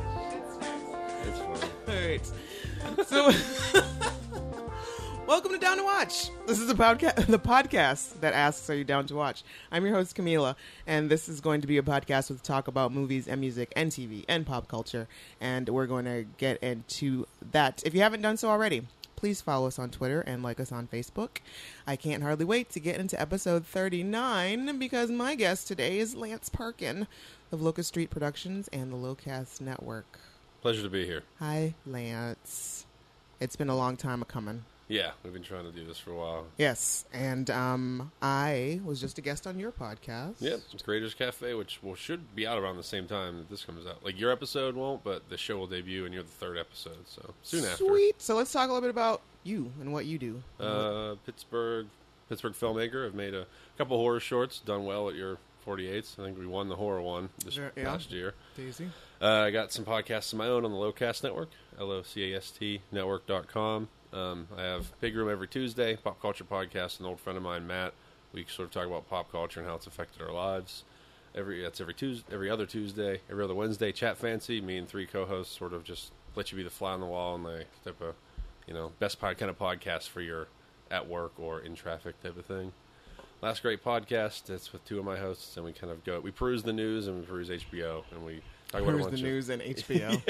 It's funny. All right. So, welcome to Down to Watch. This is the podcast, the podcast that asks, "Are you down to watch?" I'm your host Camila, and this is going to be a podcast with talk about movies and music and TV and pop culture, and we're going to get into that. If you haven't done so already, please follow us on Twitter and like us on Facebook. I can't hardly wait to get into episode 39 because my guest today is Lance Parkin of Locust Street Productions and the Locast Network. Pleasure to be here. Hi, Lance. It's been a long time a coming. Yeah, we've been trying to do this for a while. Yes, and um, I was just a guest on your podcast. Yeah, it's Creators Cafe, which will should be out around the same time that this comes out. Like your episode won't, but the show will debut, and you're the third episode, so soon Sweet. So let's talk a little bit about you and what you do. after. Uh, Pittsburgh, Pittsburgh filmmaker. I've made a couple horror shorts, done well at your 48s. I think we won the horror one this Yeah, yeah. last year. Daisy. Uh, I got some podcasts of my own on the Lowcast Network, L O C A S T network.com. Um, I have Big Room every Tuesday, Pop Culture Podcast, an old friend of mine, Matt. We sort of talk about pop culture and how it's affected our lives. Every That's every Tuesday, every other Tuesday, every other Wednesday, Chat Fancy. Me and three co hosts sort of just let you be the fly on the wall and they type of, you know, best pod, kind of podcast for your at work or in traffic type of thing. Last Great Podcast. It's with two of my hosts, and we kind of go. We peruse the news and we peruse HBO, and we talk about a Here's bunch the of- news and HBO.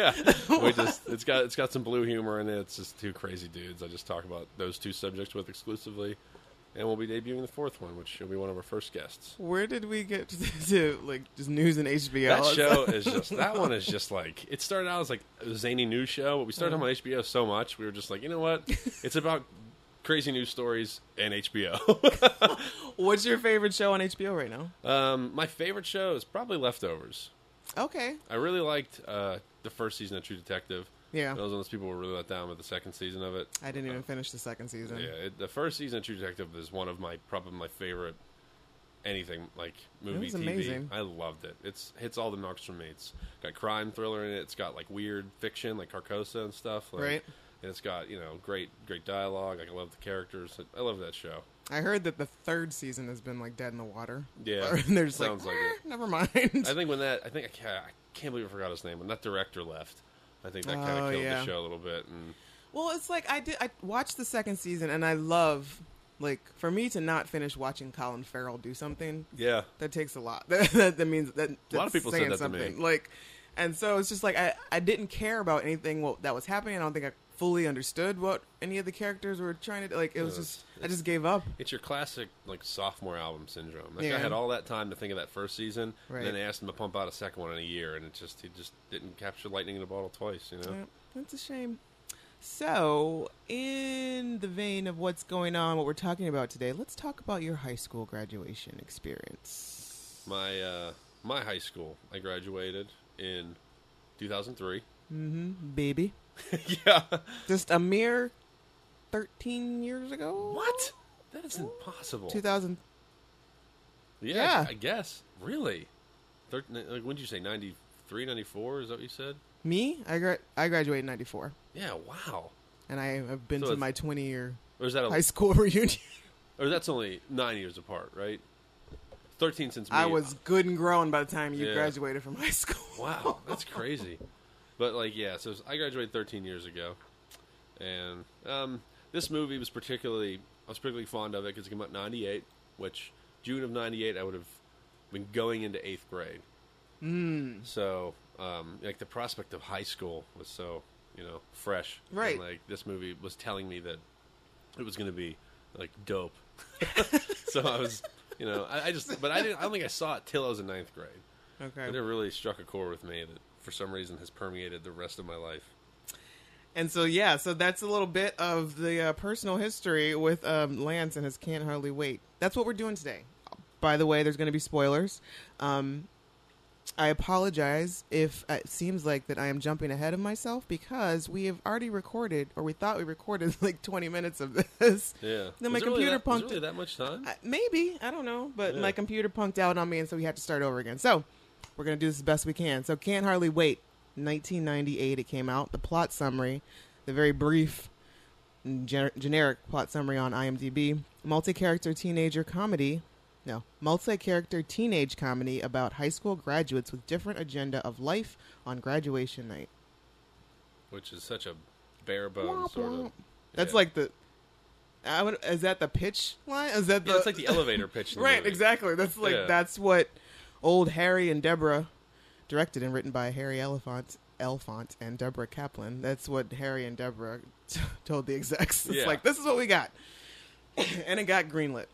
yeah, we just it's got it's got some blue humor in it. It's just two crazy dudes. I just talk about those two subjects with exclusively, and we'll be debuting the fourth one, which will be one of our first guests. Where did we get to, to, like just news and HBO? That show is just that one is just like it started out as like a zany news show, but we started on HBO so much we were just like, you know what? It's about crazy news stories and HBO. What's your favorite show on HBO right now? um, my favorite show is probably Leftovers. Okay. I really liked uh, the first season of True Detective. Yeah. Those those people were really let down with the second season of it. I didn't even finish the second season. Yeah, it, the first season of True Detective is one of my probably my favorite anything like movie was TV. amazing. I loved it. It's hits all the marks for me. It's got crime thriller in it. It's got like weird fiction like Carcosa and stuff. Like, Right. And it's got you know great great dialogue. Like I love the characters. I- I love that show. I heard that the third season has been like dead in the water. Yeah, and they're just like, sounds like "Eh, it." never mind. I think when that I think I can't, I can't believe I forgot his name when that director left. I think that kind of Oh, killed yeah. the show a little bit. And Well, it's like I did. I watched the second season, and I love like for me to not finish watching Colin Farrell do something yeah, that takes a lot. that, that means that A lot that's of people said saying that to me. something. Like, and so it's just like I I didn't care about anything what, that was happening. I don't think I fully understood what any of the characters were trying to do. like. It was Yeah, just it's- I just gave up. It's your classic like sophomore album syndrome. Like Yeah. I had all that time to think of that first season, Right. and then they asked him to pump out a second one in a year, and it just he just didn't capture lightning in a bottle twice. You know, Yeah, that's a shame. So, in the vein of what's going on, what we're talking about today, let's talk about your high school graduation experience. my uh, my high school, I graduated in 2003. Mm-hmm. Baby. yeah, just a mere 13 years ago. what? That is impossible. 2000. yeah, yeah. I guess really. Thir- like, when did you say 93, 94? Is that what you said? Me, I gra- I graduated in 94 Yeah. Wow. and I have been So to it's- Oh. my 20 year Or is that high a, school reunion. or that's only nine years apart, right? Thirteen since me. I was good and grown by the time you Yeah. graduated from high school. Wow, that's crazy. But like, yeah. So I graduated 13 years ago, and um, this movie was particularly I was particularly fond of it because it came out in '98, which June of '98 I would have been going into eighth grade. Mm. So um, like the prospect of high school was so you know fresh. And, Right. like this movie was telling me that it was going to be like dope. so I was. You know, I, I just, but I didn't. I don't think I saw it till I was in ninth grade. Okay. And it really struck a chord with me that for some reason has permeated the rest of my life. And so yeah, so that's a little bit of the uh, personal history with um, Lance and his can't hardly wait. That's what we're doing today. By the way, there's going to be spoilers. Um, I apologize if it seems like that I am jumping ahead of myself because we have already recorded, or we thought we recorded like 20 minutes of this. Yeah. Then my Was it really computer that, was punked it really that much time? Uh, maybe I don't know, but Yeah. my computer punked out on me, and so we had to start over again. So we're gonna do this as best we can. So can't hardly wait. 1998, it came out. The plot summary, the very brief, and gen- generic plot summary on IMDb. Multi-character teenager comedy No. Multi character teenage comedy about high school graduates with different agenda of life on graduation night. which is such a bare bones Womp Um, sort of. womp. That's yeah. like the. I would, is that the pitch line? Is that the? Yeah, it's like the elevator pitch. in the right, movie. exactly. That's like Yeah. that's what old Harry and Deborah, directed and written by Harry Elefant, Elfont and Deborah Kaplan. That's what Harry and Deborah t- told the execs. It's Yeah. like this is what we got, and it got greenlit.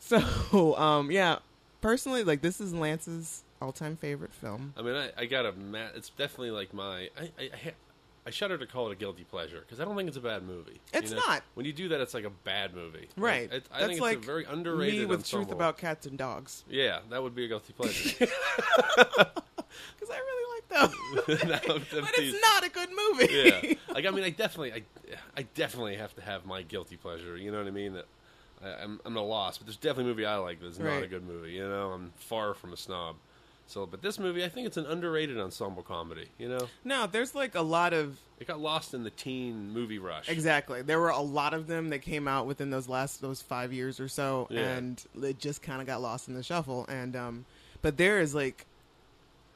So, um, yeah, personally, like this is Lance's all-time favorite film. I mean, I, I got a. Ma- it's definitely like my. I, I, I- I shudder to call it a guilty pleasure because I don't think it's a bad movie. you It's know? not. When you do that, it's like a bad movie. Like, Right, it- that's I think it's like a very underrated. me on with some truth level. about cats and dogs Yeah, that would be a guilty pleasure. because I really like them. That would- that'd but be- it's not a good movie. yeah. Like I mean, I definitely, I, I definitely have to have my guilty pleasure. You know what I mean? That I, I'm, I'm at a loss, but there's definitely a movie I like that's not a Right. good movie. You know, I'm far from a snob. So, but this movie, I think it's an underrated ensemble comedy. You know, No, there's like a lot of it got lost in the teen movie rush. Exactly. There were a lot of them that came out within those last those five years or so, Yeah. and it just kind of got lost in the shuffle. And um, but there is like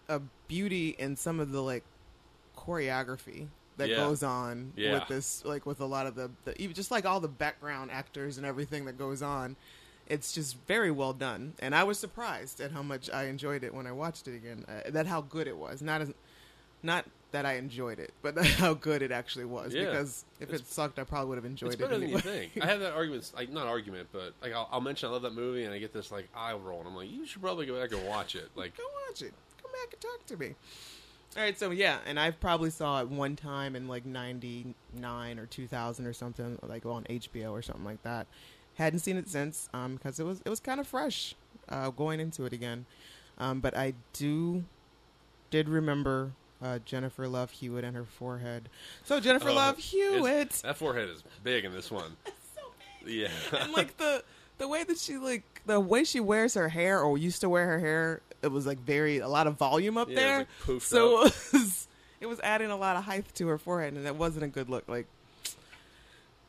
a beauty in some of the like choreography that Yeah. goes on Yeah. with this, like with a lot of the, the even just like all the background actors and everything that goes on. It's just very well done, and I was surprised at how much I enjoyed it when I watched it again. Uh, that how good it was. Not as not that I enjoyed it, but how good it actually was. Yeah. Because if it sucked, I probably would have enjoyed It's it. better than you anyway. think. I have that argument, like not argument, but like I'll, I'll mention I love that movie, and I get this like eye roll, and I'm like, you should probably go back and watch it. Like, Go watch it. Come back and talk to me. All right, so yeah, and I probably saw it one time in like '99 or 2000 or something, like on HBO or something like that. Hadn't seen it since um, because it was it was kind of fresh uh, going into it again. Um, but I do did remember uh, Jennifer Love Hewitt and her forehead. So Jennifer oh, Love it's- Hewitt, That forehead is big in this one. Yeah. and like the the way that she like the way she wears her hair or used to wear her hair it was like very a lot of volume up Yeah, it there was, like, poofed so up. It, was, it was adding a lot of height to her forehead and that wasn't a good look like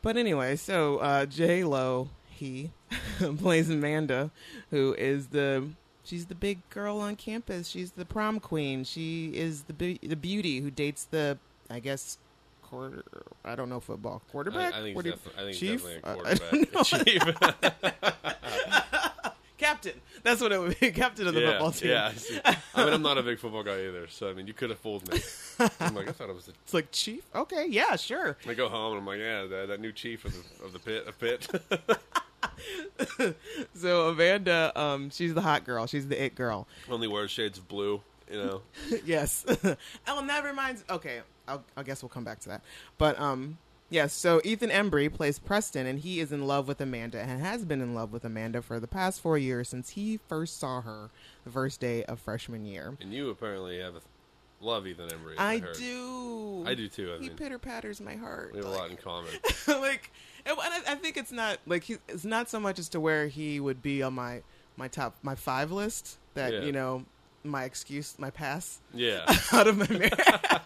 but anyway so uh j lo he plays amanda who is the she's the big girl on campus she's the prom queen she is the be- the beauty who dates the i guess quarter i don't know football I, quarterback I think What it's do you- defi- I think it's Chief? definitely Uh, I a don't know. quarterback. Chief. Captain. That's what it would be. Captain of the yeah, football team. yeah. I, see. I mean, I'm not a big football guy either, so I mean, you could have fooled me. I'm like, I thought it was. The, It's like chief. Okay, yeah, sure. I go home and I'm like, yeah, that, that new chief of the of the pit, of pit. So Amanda, um, she's the hot girl. She's the it girl. Only wears shades of blue. You know, yes. oh, and that reminds. Okay, I'll, I guess we'll come back to that. But um, yes. so Ethan Embry plays Preston, and he is in love with Amanda, and has been in love with Amanda for the past four years since he first saw her the first day of freshman year. and you apparently have a love Ethan Embry. I heard. do. I do too. I He mean, pitter patters my heart. we have a Like, lot in common. like, and I, I think it's not like he, it's not so much as to where he would be on my my top my five list that Yeah. you know my excuse my pass Yeah. out of my marriage.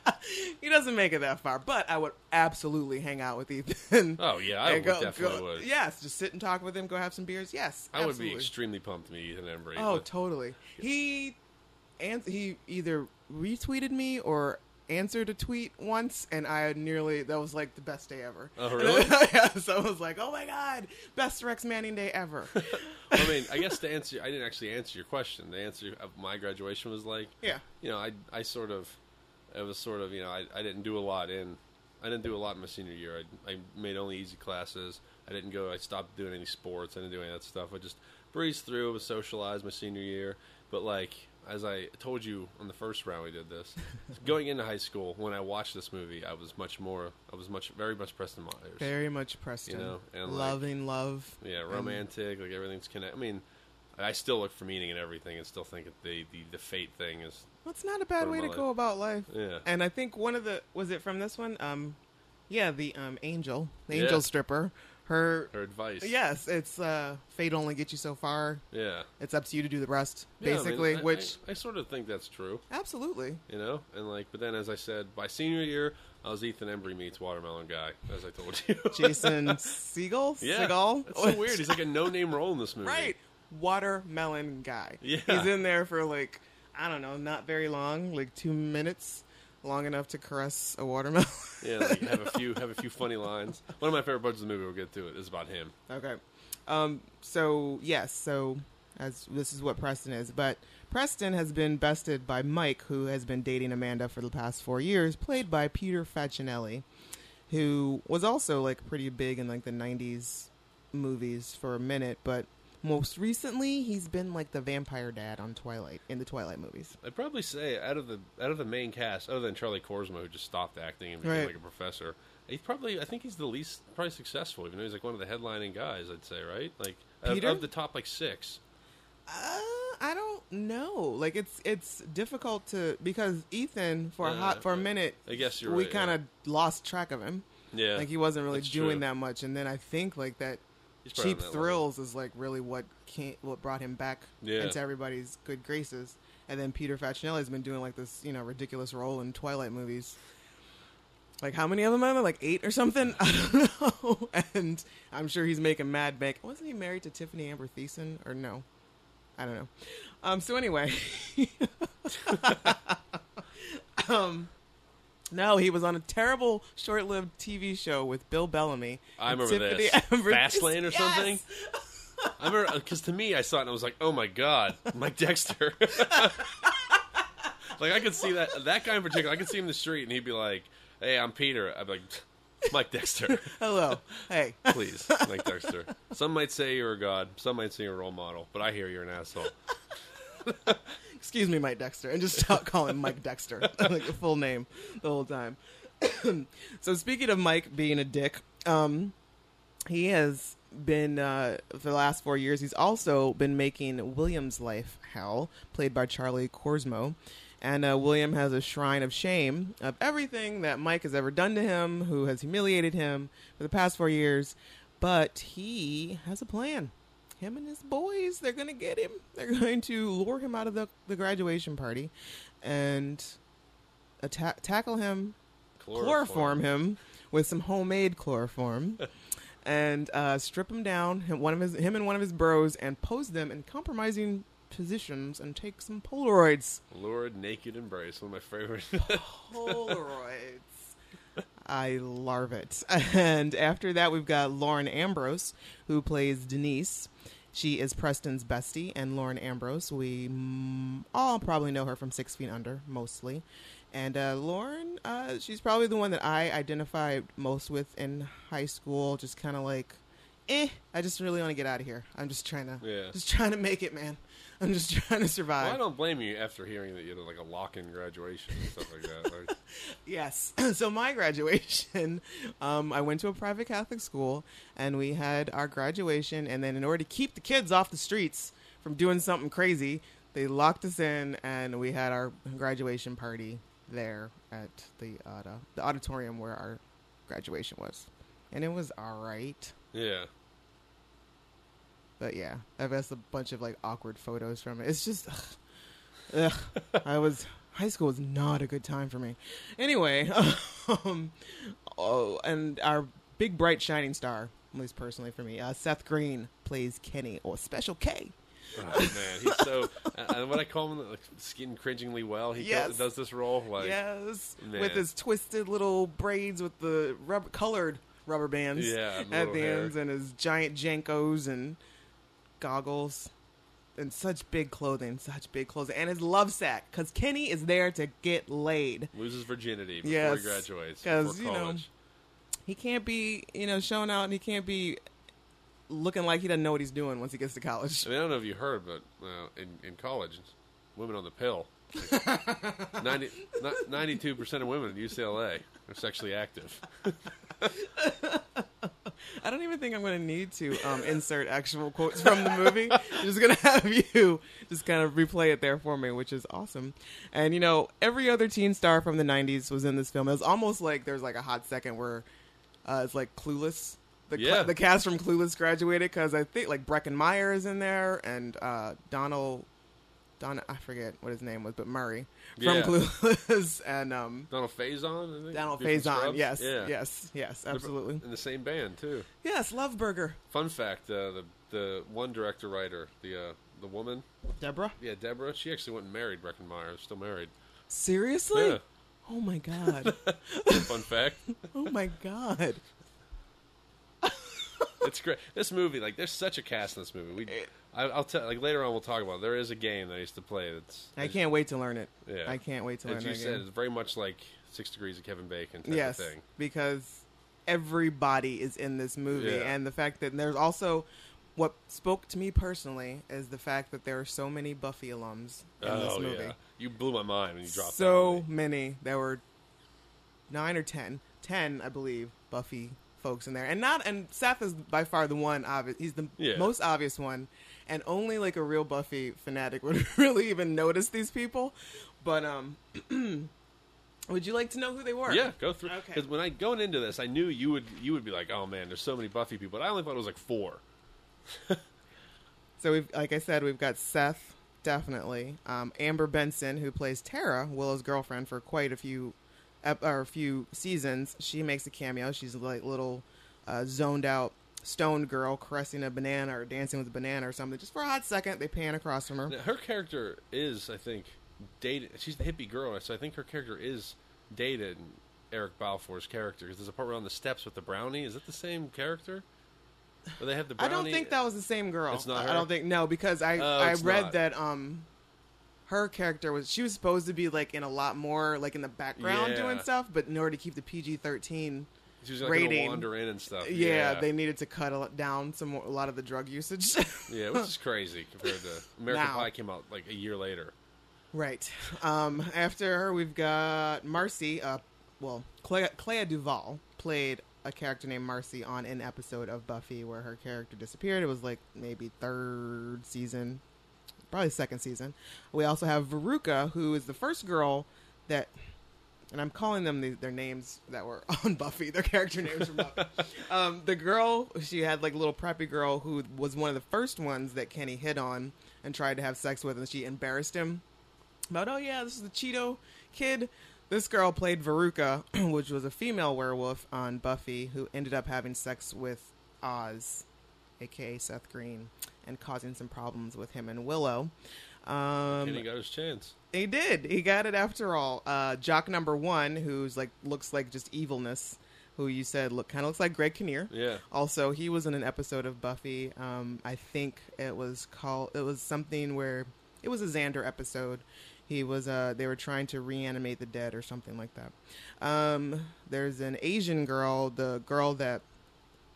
he doesn't make it that far, but I would absolutely hang out with Ethan. Oh yeah, I and would, go- definitely go- would. Yes, just sit and talk with him, go have some beers. Yes, I would absolutely. be extremely pumped to meet Ethan Embry. Oh, but- totally. He and he either retweeted me or answered a tweet once, and I nearly that was like the best day ever. Oh, really? yeah, so I was like, oh my god, best Rex Manning day ever. I mean, I guess to answer, I didn't actually answer your question. The answer of my graduation was like, yeah, you know, I I sort of, it was sort of, you know, I, I didn't do a lot in, I didn't do a lot in my senior year. I, I made only easy classes. I didn't go. I stopped doing any sports. I didn't do any of that stuff. I just breezed through. Was socialized my senior year, but like as I told you on the first round we did this, going into high school when I watched this movie, I was much more, I was much very much Preston Myers. very much Preston. You know, and, like- Loving love. Yeah, romantic. like everything's connected. I mean, I still look for meaning in everything, and still think that the the, the fate thing is. That's not a bad What way am to I go like? about life. Yeah. And I think one of the was it from this one? Um, yeah, the um angel, the Yeah. angel stripper. Her, Her advice. yes, it's uh, fate only gets you so far. Yeah. It's up to you to do the rest, Yeah, I mean, basically. I- I- which I, sort of think that's true, absolutely, you know. And like, but then as I said, by senior year, I was Ethan Embry meets watermelon guy, as I told you. Jason Siegel. yeah, Seagal. it's so weird. He's like a no-name role in this movie, right. watermelon guy. Yeah. He's in there for like I don't know, not very long, like two minutes, long enough to caress a watermelon. Yeah, like have a few have a few funny lines. One of my favorite parts of the movie, we'll get to it, is about him. Okay. Um, so yes, so as this is what Preston is, but Preston has been bested by Mike, who has been dating Amanda for the past four years, played by Peter Facinelli, who was also like pretty big in like the '90s movies for a minute, but most recently he's been like the vampire dad on Twilight in the Twilight movies. I'd probably say out of the out of the main cast, other than Charlie Corsmo, who just stopped acting and became Right. like a professor, he's probably I think he's the least probably successful. Even though he's like one of the headlining guys, I'd say, right? Like out of- Peter? Of, the top like six. Uh, I don't know. Like it's it's difficult to because Ethan for a Yeah, hot for a I- minute I guess you're we right, kind yeah. of lost track of him. Yeah, like he wasn't really that's doing true. that much and then i think like that He's probably cheap on that level. thrills is like really what can't what brought him back Yeah. into everybody's good graces and then peter facinelli has been doing like this you know ridiculous role in twilight movies like how many of them are there like eight or something i don't know and i'm sure he's making mad bank wasn't he married to tiffany amber Thiessen or no i don't know um so anyway um no, he was on a terrible short-lived TV show with Bill Bellamy. I and remember Tiffany this Amber Fastlane or Yes! something. I remember because to me, I saw it and I was like, "Oh my god, Mike Dexter!" like I could see that that guy in particular. I could see him in the street and he'd be like, "Hey, I'm Peter." I'd be like, "Mike Dexter, Hello. Hey. please, Mike Dexter." Some might say you're a god, some might say you're a role model, but I hear you're an asshole. Excuse me, Mike Dexter. And just stop calling him Mike Dexter. like the full name the whole time. so speaking of Mike being a dick, um, he has been uh, for the last four years. He's also been making William's life hell, played by Charlie Corsmo, and uh, William has a shrine of shame of everything that Mike has ever done to him, who has humiliated him for the past four years. But he has a plan. Him and his boys, they're gonna get him. They're going to lure him out of the, the graduation party, and atta- tackle him chloroform him with some homemade chloroform and uh, strip him down him, one of his him and one of his bros and pose them in compromising positions and take some polaroids Lurid naked embrace, one of my favorite. polaroids i love it and after that we've got lauren ambrose who plays denise she is preston's bestie and lauren ambrose we mm, all probably know her from six feet under mostly and uh, Lauren, uh, she's probably the one that I identified most with in high school. Just kind of like, eh, I just really want to get out of here. I'm just trying to, Yeah. just trying to make it, man. I'm just trying to survive. well, I don't blame you after hearing that you had like a lock-in graduation and stuff like that. Like, Yes. So my graduation, um, I went to a private Catholic school, and we had our graduation. And then, in order to keep the kids off the streets from doing something crazy, they locked us in, and we had our graduation party there at the auto, the auditorium where our graduation was, and it was all right. yeah, But yeah, I've asked a bunch of like awkward photos from it. It's just, ugh, ugh. I was high school was not a good time for me. Anyway, um, oh, and our big bright shining star, at least personally for me, uh, Seth Green plays Kenny or Special K. Oh man, he's so. and what I call him, like, skin cringingly well. He Yes. does this role like yes, man. with his twisted little braids with the rubber, colored rubber bands Yeah, and at little the hair. ends, and his giant jankos and goggles, and such big clothing, such big clothes, and his love sack because Kenny is there to get laid. loses virginity before Yes, he graduates 'cause, before you know, college. He can't be, you know, shown out, and he can't be looking like he doesn't know what he's doing once he gets to college. I mean, I don't know if you heard, but uh, in in college, women on the pill. Like, 92 percent of women at UCLA are sexually active. I don't even think I'm going to need to um, insert actual quotes from the movie. I'm just going to have you just kind of replay it there for me, which is awesome. And you know, every other teen star from the '90s was in this film. It was almost like there's like a hot second where uh, it's like Clueless. The, cla- Yeah. the cast from Clueless graduated because I think like Brecken Meyer is in there and uh, Donald. Don, I forget what his name was, but Murray from Yeah. Clueless and um, Donald Faison, I think. Donald Dude from Faison. Scrubs? Yes, yeah, yes, yes, They're absolutely. in the same band too. Yes, Love Burger. Fun fact: uh, the the one director writer, the uh, the woman, Deborah? yeah, Deborah. She actually went and married Breckenmeyer. Still married. Seriously? Yeah. Oh my god. Fun fact. oh my god. it's great. This movie, like, there's such a cast in this movie. We, I, I'll tell, like, later on we'll talk about. It. There is a game that I used to play. That's I can't wait to learn it. Yeah. I can't wait to learn As you that said, game. it's very much like Six Degrees of Kevin Bacon type yes, of thing. because everybody is in this movie, Yeah. and the fact that there's also what spoke to me personally is the fact that there are so many Buffy alums in oh this movie. yeah, you blew my mind when you dropped. that so on me. many. There were nine or ten, ten, I believe, Buffy folks in there, and not and Seth is by far the one obvious. He's the Yeah. most obvious one, and only like a real Buffy fanatic would really even notice these people. But um, would you like to know who they were? Yeah, go through. Okay. Because when I going into this, I knew you would you would be like, oh man, there's so many Buffy people. But I only thought it was like four. So we've, like I said, we've got Seth definitely, um, Amber Benson who plays Tara Willow's girlfriend for quite a few, ep- or a few seasons. She makes a cameo. She's like little uh, zoned out stoned girl caressing a banana or dancing with a banana or something. Just for a hot second, they pan across from her. Now, her character is, I think, dated. She's the hippie girl, so I think her character is dated Eric Balfour's character. Because there's a part where on the steps with the brownie. Is that the same character? Or they have the I brownie. don't think that was the same girl. It's not I- I her? don't think no because I Oh, I it's read not. that um her character was she was supposed to be like in a lot more like in the background Yeah. doing stuff, but in order to keep the PG thirteen she's like gonna rating. wander in and stuff. yeah, they needed to cut a lot down some more, a lot of the drug usage. yeah, which is crazy compared to American Now. Pie came out like a year later. right. Um, after her, we've got Marcy. Uh, well, Clea, Clea Duvall played a character named Marcy on an episode of Buffy where her character disappeared. It was like maybe third season, probably second season. We also have Veruca, who is the first girl that. And I'm calling them the, their names that were on Buffy, their character names from Buffy. um, the girl, she had like a little preppy girl who was one of the first ones that Kenny hit on and tried to have sex with, and she embarrassed him about, oh yeah, this is the Cheeto kid. This girl played Veruca, which was a female werewolf on Buffy, who ended up having sex with Oz, aka Seth Green, and causing some problems with him and Willow. Um, Kenny got his chance. he did. He got it after all. Uh, jock number one, who's like looks like just evilness, who you said look kind of looks like Greg Kinnear. Yeah. Also, he was in an episode of Buffy. Um, I think it was called. It was something where it was a Xander episode. He was. Uh, they were trying to reanimate the dead or something like that. Um, there's an Asian girl, the girl that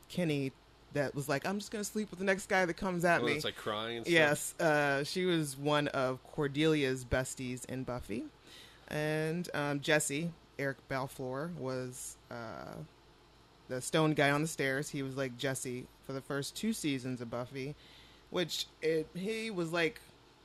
Kenny, that was like, I'm just gonna sleep with the next guy that comes at Well, me. it's like crying. And stuff. Yes, uh, she was one of Cordelia's besties in Buffy, and um, Jesse Eric Balfour was uh, the stone guy on the stairs. He was like Jesse for the first two seasons of Buffy, which it, he was like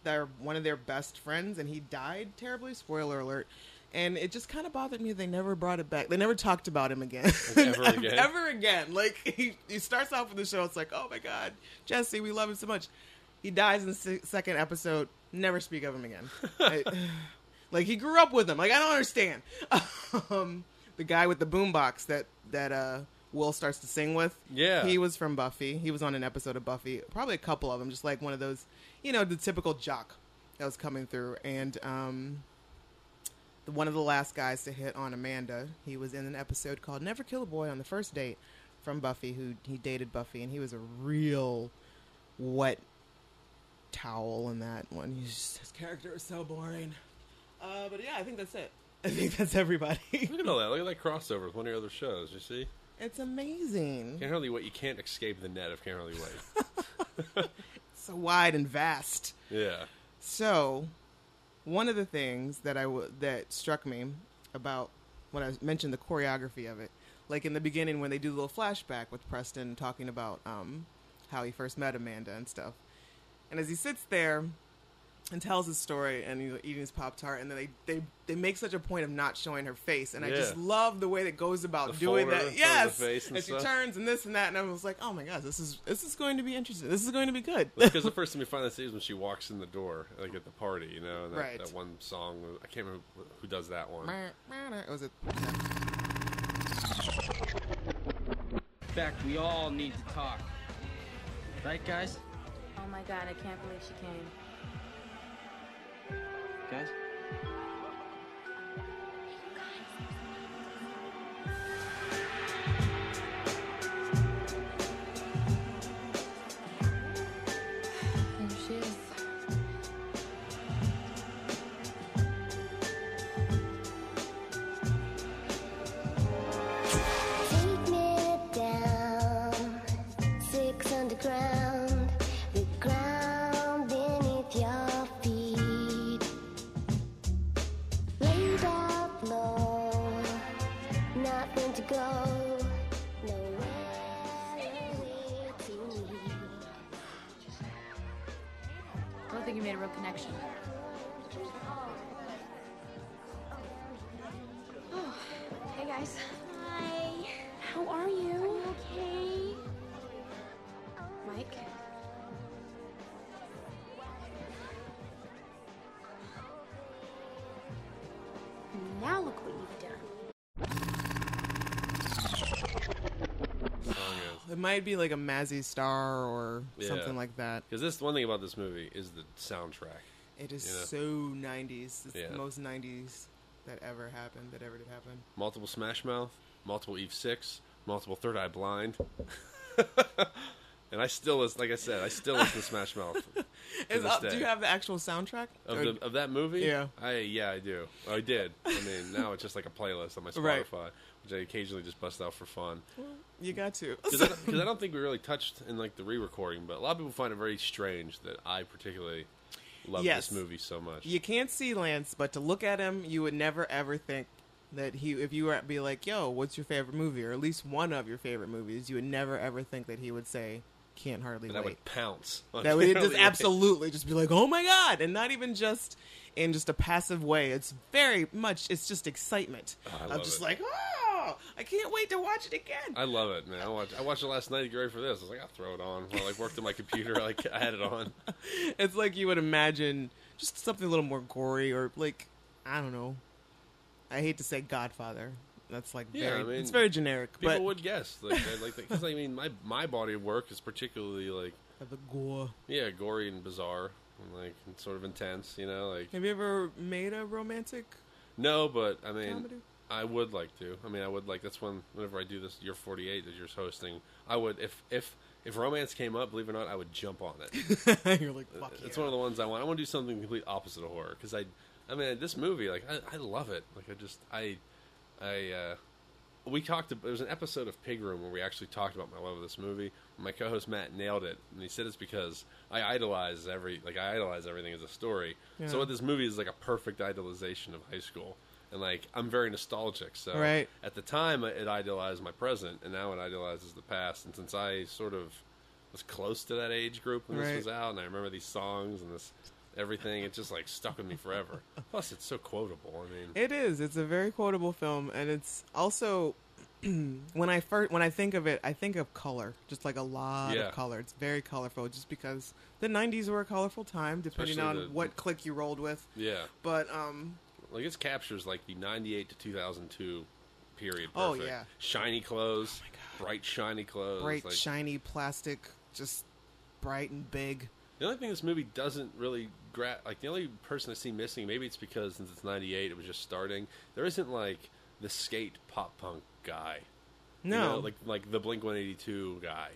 their one of their best friends, and he died terribly. Spoiler alert. And it just kind of bothered me. They never brought it back. They never talked about him again. ever again? ever again. Like he, he starts off with the show. It's like, oh my god, Jesse, we love him so much. He dies in the se- second episode. Never speak of him again. I- like he grew up with him. Like I don't understand. Um, the guy with the boombox that that uh, Will starts to sing with. Yeah. he was from Buffy. He was on an episode of Buffy. Probably a couple of them. Just like one of those, you know, the typical jock that was coming through. And um, the- one of the last guys to hit on Amanda. He was in an episode called "Never Kill a Boy on the First Date" from Buffy, who he dated Buffy, and he was a real wet towel in that one. He's just, his character is so boring. Uh, but yeah, I think that's it. I think that's everybody. Look at all that. Look at that crossover with one of your other shows. You see, it's amazing. Can't hardly wait. You can't escape the net of Can't hardly wait. So wide and vast. Yeah. So, one of the things that I w- that struck me about when I mentioned the choreography of it, like in the beginning when they do the little flashback with Preston talking about um, how he first met Amanda and stuff, and as he sits there and tells his story and he's eating his pop tart, and then they, they they make such a point of not showing her face, and I just Yeah. love the way that goes about The doing folder that. in front of the Yes, face and she stuff. turns and this and that, and I was like, oh my gosh, this is this is going to be interesting. This is going to be good. Because the first time we find this is when she walks in the door, like at the party, you know, and that, Right. that one song. I can't remember who does that one. was it? In fact, we all need to talk. Right, guys? Oh my god, I can't believe she came. Guys? There she is. Take me down, six underground, the ground beneath your feet. Laid out low, nothing to go, nowhere to meet. I don't think you made a real connection. Hey guys. Hi. How are you? Are you okay? Mike? Now look what you've done. song is. It might be like a Mazzy Star or Yeah. something like that. Because this one thing about this movie is the soundtrack. It is Yeah. so 90s. It's Yeah. the most 90s that ever happened, that ever did happen. Multiple Smash Mouth, multiple Eve Six, multiple Third Eye Blind. and I still listen, like I said, I still listen to Smash Mouth. to Is, this uh, do day. you have the actual soundtrack? of, Or- the, of that movie? Yeah. I yeah, I do. I did. I mean, now it's just like a playlist on my Right. Spotify, which I occasionally just bust out for fun. uh, you got to. Because I, don't- 'cause I don't think we really touched in like the re-recording, but a lot of people find it very strange that I particularly love Yes. this movie so much. you can't see Lance, but to look at him, you would never ever think that he, if you were at, be like, yo, what's your favorite movie? Or at least one of your favorite movies, you would never ever think that he would say, can't hardly and I wait. would pounce. on that would Fairly just Wait. absolutely just be like, oh my god, and not even just in just a passive way. It's very much. It's just excitement. I I'm love just it. like, oh, I can't wait to watch it again. I love it, man. I watched, I watched it last night to get ready for this. I was like, I'll throw it on. I like worked on my computer. Like I had it on. it's like you would imagine just something a little more gory or like I don't know. I hate to say Godfather. That's like Yeah, very, I mean, it's very generic, People but would guess, like, I like, because I mean, my my body of work is particularly like, the gore. yeah, gory and bizarre, and like and sort of intense. You know, like Have you ever made a romantic? no, but I mean, Comedy? I would like to. I mean, I would like that's when whenever I do this year forty eight that you're hosting, I would if if if romance came up, believe it or not, I would jump on it. You're like, fuck It's yeah. one of the ones I want. I want to do something complete opposite of horror because I, I mean, this movie, like, I, I love it. Like, I just, I, I, uh, we talked. There was an episode of Pig Room where we actually talked about my love of this movie. My co-host Matt nailed it, and he said it's because I idolize every, like, I idolize everything as a story. Yeah. So what this movie is like a perfect idolization of high school. And like I'm very nostalgic, so Right. at the time it idolized my present, and now it idolizes the past. And since I sort of was close to that age group when this Right. was out, and I remember these songs and this everything. It just like stuck with me forever. Plus, it's so quotable. I mean, It is. It's a very quotable film, and it's also when I first when I think of it, I think of color, just like a lot Yeah. of color. It's very colorful, just because the '90s were a colorful time, depending Especially on the- what click you rolled with. yeah, But um, like this captures like the '98 to 2002 period. Perfect. Oh, yeah. Oh shiny clothes, bright shiny clothes. bright, like, shiny plastic, just bright and big. the only thing this movie doesn't really grab, like the only person I see missing, maybe it's because since it's '98, it was just starting. There isn't like the skate pop punk guy. You No, know, like like the Blink One Eighty Two guy,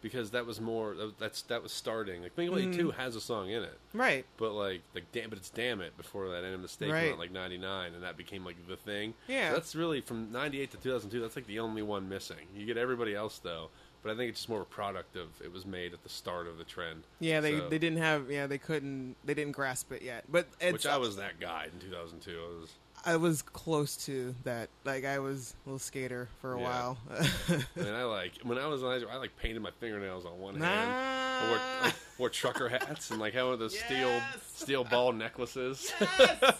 because that was more that was- that's that was starting. Like Blink One Eighty Mm. Two has a song in it, right. but like like damn, but it's damn it before that end mistake came Right. out like ninety nine, and that became like the thing. Yeah. So that's really from ninety eight to two thousand two. That's like the only one missing. You get everybody else though, but I think it's just more of a product of it was made at the start of the trend. Yeah, they So- they didn't have. Yeah, they couldn't. They didn't grasp it yet. But it's, Which I was that guy in two thousand two. I was I was close to that. Like I was a little skater for a Yeah. while. And I like when I was in high school, I like painted my fingernails on one hand. I wore, Nah. I wore trucker hats and like had one of those steel Yes. steel ball necklaces. Yes!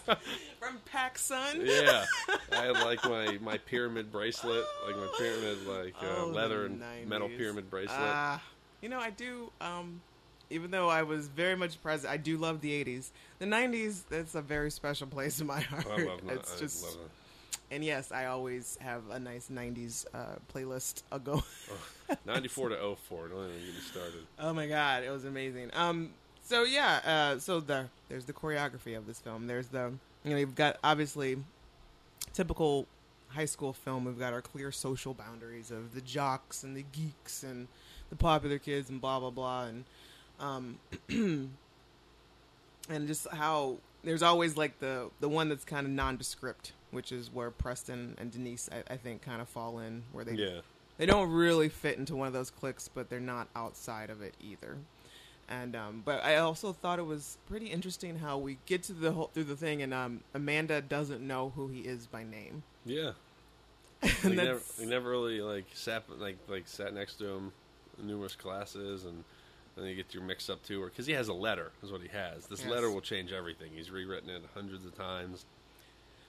From PacSun. yeah, I had like my my pyramid bracelet, like my pyramid like uh, Oh, leather the and metal 90s. pyramid bracelet. Ah, you know, I do. Um, even though I was very much present, I do love the '80s. The '90s, that's a very special place in my heart. Oh, I love that. It's just I love And yes, I always have a nice '90s uh, playlist. A go. Oh. 94 to 04. Don't even get me started. Oh my god, it was amazing. Um, so yeah, uh, so the there's the choreography of this film. There's the you know you've got obviously typical high school film. We've got our clear social boundaries of the jocks and the geeks and the popular kids and blah blah blah and um and just how there's always like the the one that's kind of nondescript, which is where Preston and Denise I, I think kind of fall in where they Yeah. they don't really fit into one of those cliques, but they're not outside of it either. And um, but I also thought it was pretty interesting how we get to the whole through the thing, and um, Amanda doesn't know who he is by name. Yeah. And We never, that's- we never really like sat like like sat next to him in numerous classes and then you get your mix up too because he has a letter is what he has this Yes. letter will change everything he's rewritten it hundreds of times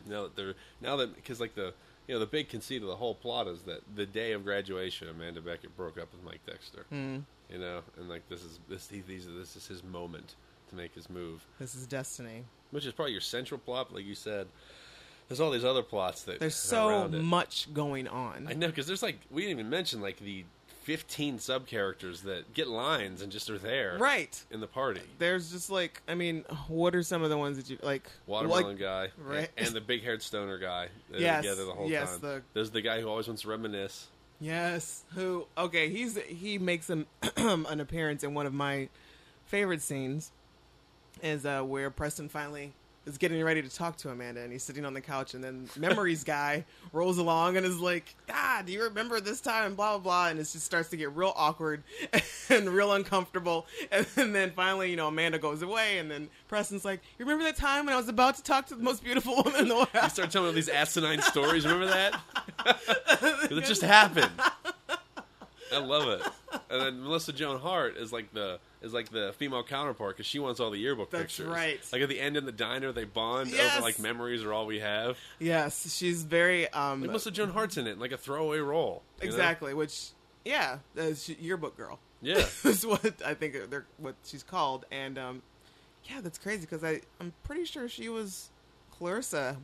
now that they're now that because like the you know the big conceit of the whole plot is that the day of graduation amanda beckett broke up with mike dexter Hmm. mm. you know and like this is this he, these are, this is his moment to make his move this is destiny. which is probably your central plot but like you said there's all these other plots that There's that so around it. much going on. I know because there's like we didn't even mention like the 15 sub characters that get lines and just are there, Right. in the party. There's just like I mean, what are some of the ones that you like? Watermelon like- guy, right. and the big haired stoner guy. They're Yes, together the whole yes, time. the- There's the guy who always wants to reminisce. Yes. Who? Okay. He's he makes an an appearance in one of my favorite scenes, is uh, where Preston finally is getting ready to talk to Amanda, and he's sitting on the couch, and then memories guy rolls along and is like, "Ah, do you remember this time?" And blah blah blah, and it just starts to get real awkward and real uncomfortable, and, then finally, you know, Amanda goes away, and then Preston's like, "You remember that time when I was about to talk to the most beautiful woman in the world?" I start telling all these asinine stories. Remember that? 'Cause it just happened. I love it. And then Melissa Joan Hart is like the is like the female counterpart because she wants all the yearbook That's pictures. right. Like at the end in the diner, they bond Yes. over like memories are all we have. Yes, she's very um, Like Melissa Joan Hart's in it, like a throwaway role. you know? Exactly. Which, yeah, uh, she, yearbook girl Yeah. is what I think they're what she's called. And um, yeah, that's crazy because I I'm pretty sure she was Clarissa.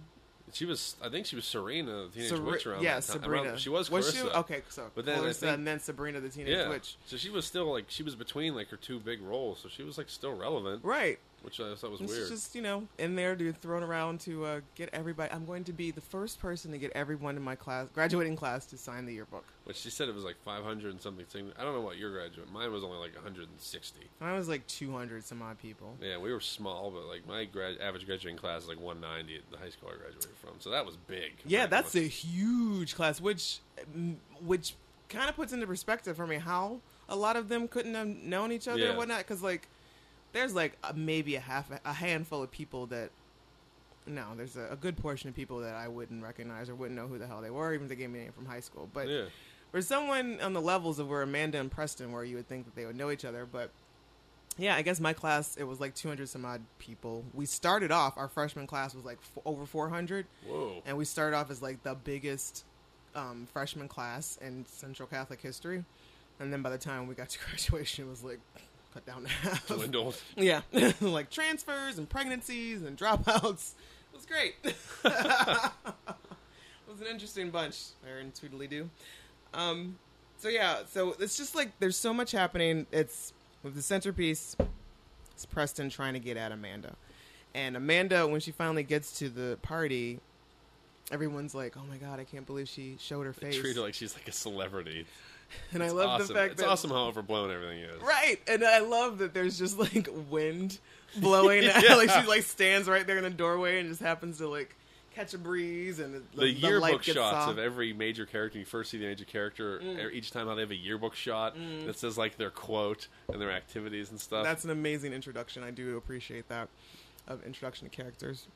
She was, I think she was Serena, the Teenage Seri- Witch around yeah, that time. Sabrina. Around- she was Clarissa. she? Okay, so But then I Clarissa think- and then Sabrina the Teenage Yeah. Witch. So she was still like, she was between like her two big roles, so she was like still relevant, Right. which I thought was This weird. is just you know in there to thrown around to uh, get everybody. I'm going to be the first person to get everyone in my class, graduating class, to sign the yearbook. Which she said it was like 500 and something. thing- I don't know what your graduate. Mine was only like 160. And I was like 200 some odd people. Yeah, we were small, but like my grad, average graduating class is like 190 at the high school I graduated from. So that was big. Yeah, compared to that's what- a huge class, which mm, which kind of puts into perspective for me how a lot of them couldn't have known each other Yeah. and whatnot. Because like, there's like a, maybe a half a handful of people that no, there's a, a good portion of people that I wouldn't recognize or wouldn't know who the hell they were, even if they gave me a name from high school. But Yeah. for someone on the levels of where Amanda and Preston were, you would think that they would know each other, but yeah, I guess my class it was like 200 some odd people. We started off our freshman class was like f- over 400. Whoa. And we started off as like the biggest um, freshman class in Central Catholic history, and then by the time we got to graduation, it was like cut down to half. Dwindled. Yeah, like transfers and pregnancies and dropouts. It was great. it was an interesting bunch there in Tweedledee-Doo. Um, so yeah, so it's just like there's so much happening. It's with the centerpiece. It's Preston trying to get at Amanda, and Amanda when she finally gets to the party, everyone's like, "Oh my god, I can't believe she showed her They face." treat her like she's like a celebrity. and I love awesome. the fact it's that awesome how overblown everything is. Right. And I love that there's just like wind blowing. like she like stands right there in the doorway and just happens to like catch a breeze and the, the the light yearbook gets shots off. of every major character. You first see the major character Mm. e- each time how they have a yearbook shot that says like their quote and their activities and stuff. That's an amazing introduction. I do appreciate that of introduction to characters.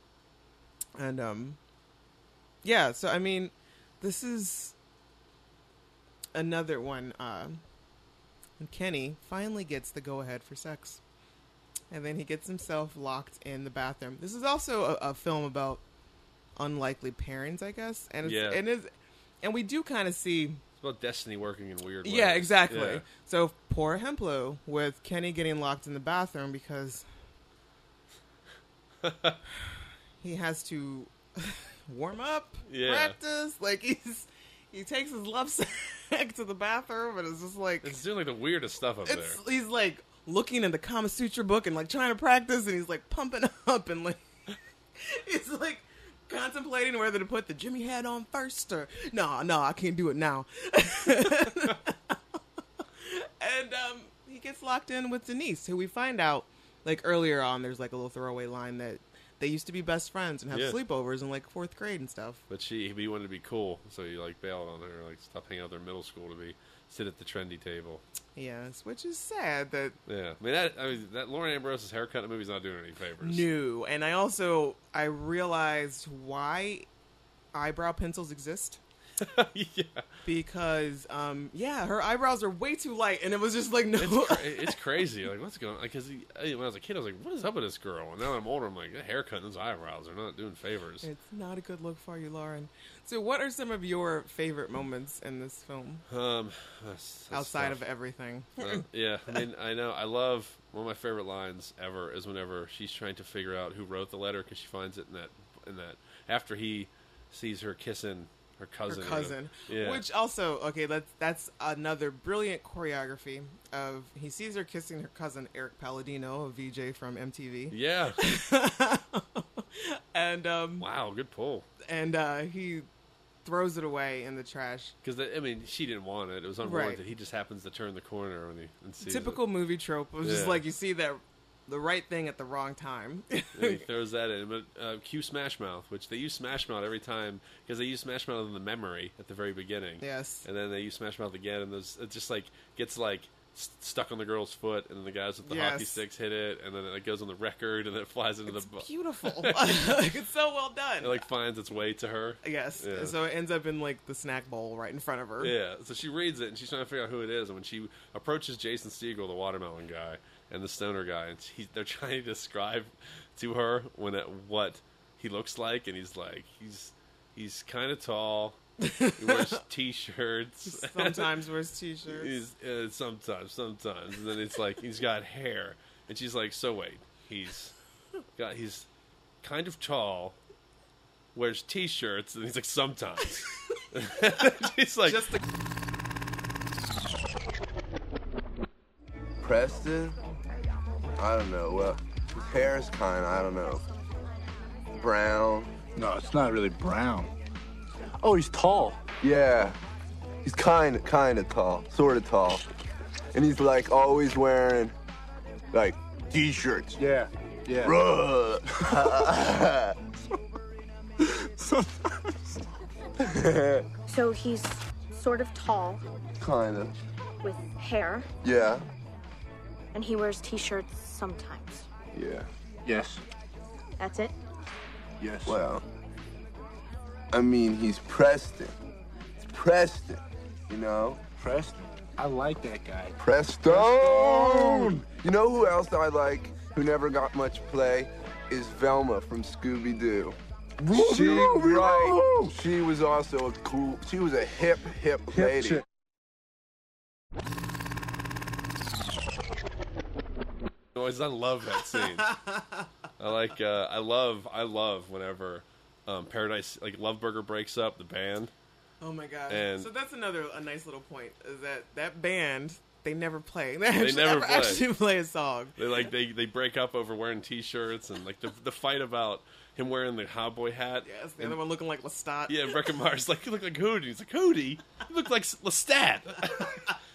And um yeah, so I mean, this is another one uh when Kenny finally gets the go ahead for sex. And then he gets himself locked in the bathroom. This is also a, a film about unlikely parents, I guess. And it's, Yeah. and is and we do kind of see it's about destiny working in weird ways. yeah, exactly. Yeah. So poor Hemplo with Kenny getting locked in the bathroom because he has to warm up, Yeah. practice. Like he's he takes his love sack to the bathroom, and it's just like It's doing like the weirdest stuff up it's there. he's like looking in the Kama Sutra book and like trying to practice, and he's like pumping up and like he's like contemplating whether to put the Jimmy hat on first or no, no, I can't do it now. and um, he gets locked in with Denise, who we find out like earlier on. There's like a little throwaway line that they used to be best friends and have Yeah. sleepovers in like fourth grade and stuff. But she, he wanted to be cool, so he like bailed on her, like stop hanging out with her middle school to be sit at the trendy table. Yes, which is sad that Yeah, I mean that. I mean that Lauren Ambrose's haircut in the movie's not doing her any favors. new. And I also I realized why eyebrow pencils exist. yeah, because um yeah her eyebrows are way too light and it was just like no it's, cra- it's crazy. Like what's going? on? Because when I was a kid, I was like, "What is up with this girl?" And now that I'm older. I'm like, "That haircut and those eyebrows are not doing favors." it's not a good look for you lauren so what are some of your favorite moments in this film Um, that's- that's outside tough. of everything Uh, yeah, I mean, I know. I love one of my favorite lines ever is whenever she's trying to figure out who wrote the letter because she finds it in that in that after he sees her kissing her her cousin. or cousin the- yeah, which also okay that's that's another brilliant choreography of he sees her kissing her cousin eric palladino a vj from mtv yeah. and um Wow, good pull. and uh he throws it away in the trash Because I mean, she didn't want it; it was unwarranted. Right. He just happens to turn the corner when he and sees it. typical movie trope was just Yeah. like you see that the right thing at the wrong time And he throws that in. But uh, cue Smash Mouth, which they use Smash Mouth every time because they use Smash Mouth in the memory at the very beginning. Yes. And then they use Smash Mouth again, and those it just like gets like st- stuck on the girl's foot, and then the guys with the hockey Yes. sticks hit it, and then it goes on the record, and then it flies into the bu- beautiful. Like, it's so well done. It like finds its way to her. yes. Yeah. So it ends up in like the snack bowl right in front of her. Yeah, so she reads it and she's trying to figure out who it is. And when she approaches Jason Siegel, the watermelon guy, and the stoner guy, and she, they're trying to describe to her when it, what he looks like, and he's like, he's he's kind of tall, he wears t-shirts, Sometimes wears t-shirts. he's, uh, sometimes, sometimes, and then it's like he's got hair, and she's like, so wait, he's got he's kind of tall. Wears t-shirts and he's like sometimes. She's like Just the Preston? I don't know. Well, his hair is kind of, I don't know, brown. No, it's not really brown. Oh, he's tall. Yeah. He's kind of, kind of tall, sort of tall. And he's like always wearing like t shirts. Yeah. Yeah. Sometimes. So he's sort of tall kind of. with hair, Yeah. and he wears t shirts sometimes. Yeah. Yes. That's it? Yes. Well, I mean, he's Preston. It's Preston, you know? Preston. I like that guy. Preston! You know who else I like who never got much play is Velma from Scooby Doo. She right. She was also a cool. She was a hip hip, lady. chick. noise. I love that scene. I like. Uh, I love. I love whenever um, Paradise, like Love Burger, breaks up the band. oh my gosh. And- so that's another a nice little point is that that band they never play. They, never never play. actually play a song. They like they they break up over wearing t-shirts and like the the fight about him wearing the cowboy hat. Yes. The other one looking like Lestat. Yeah, Breckenmeyer's like you look like Hootie. He's like Hootie. You look like Lestat.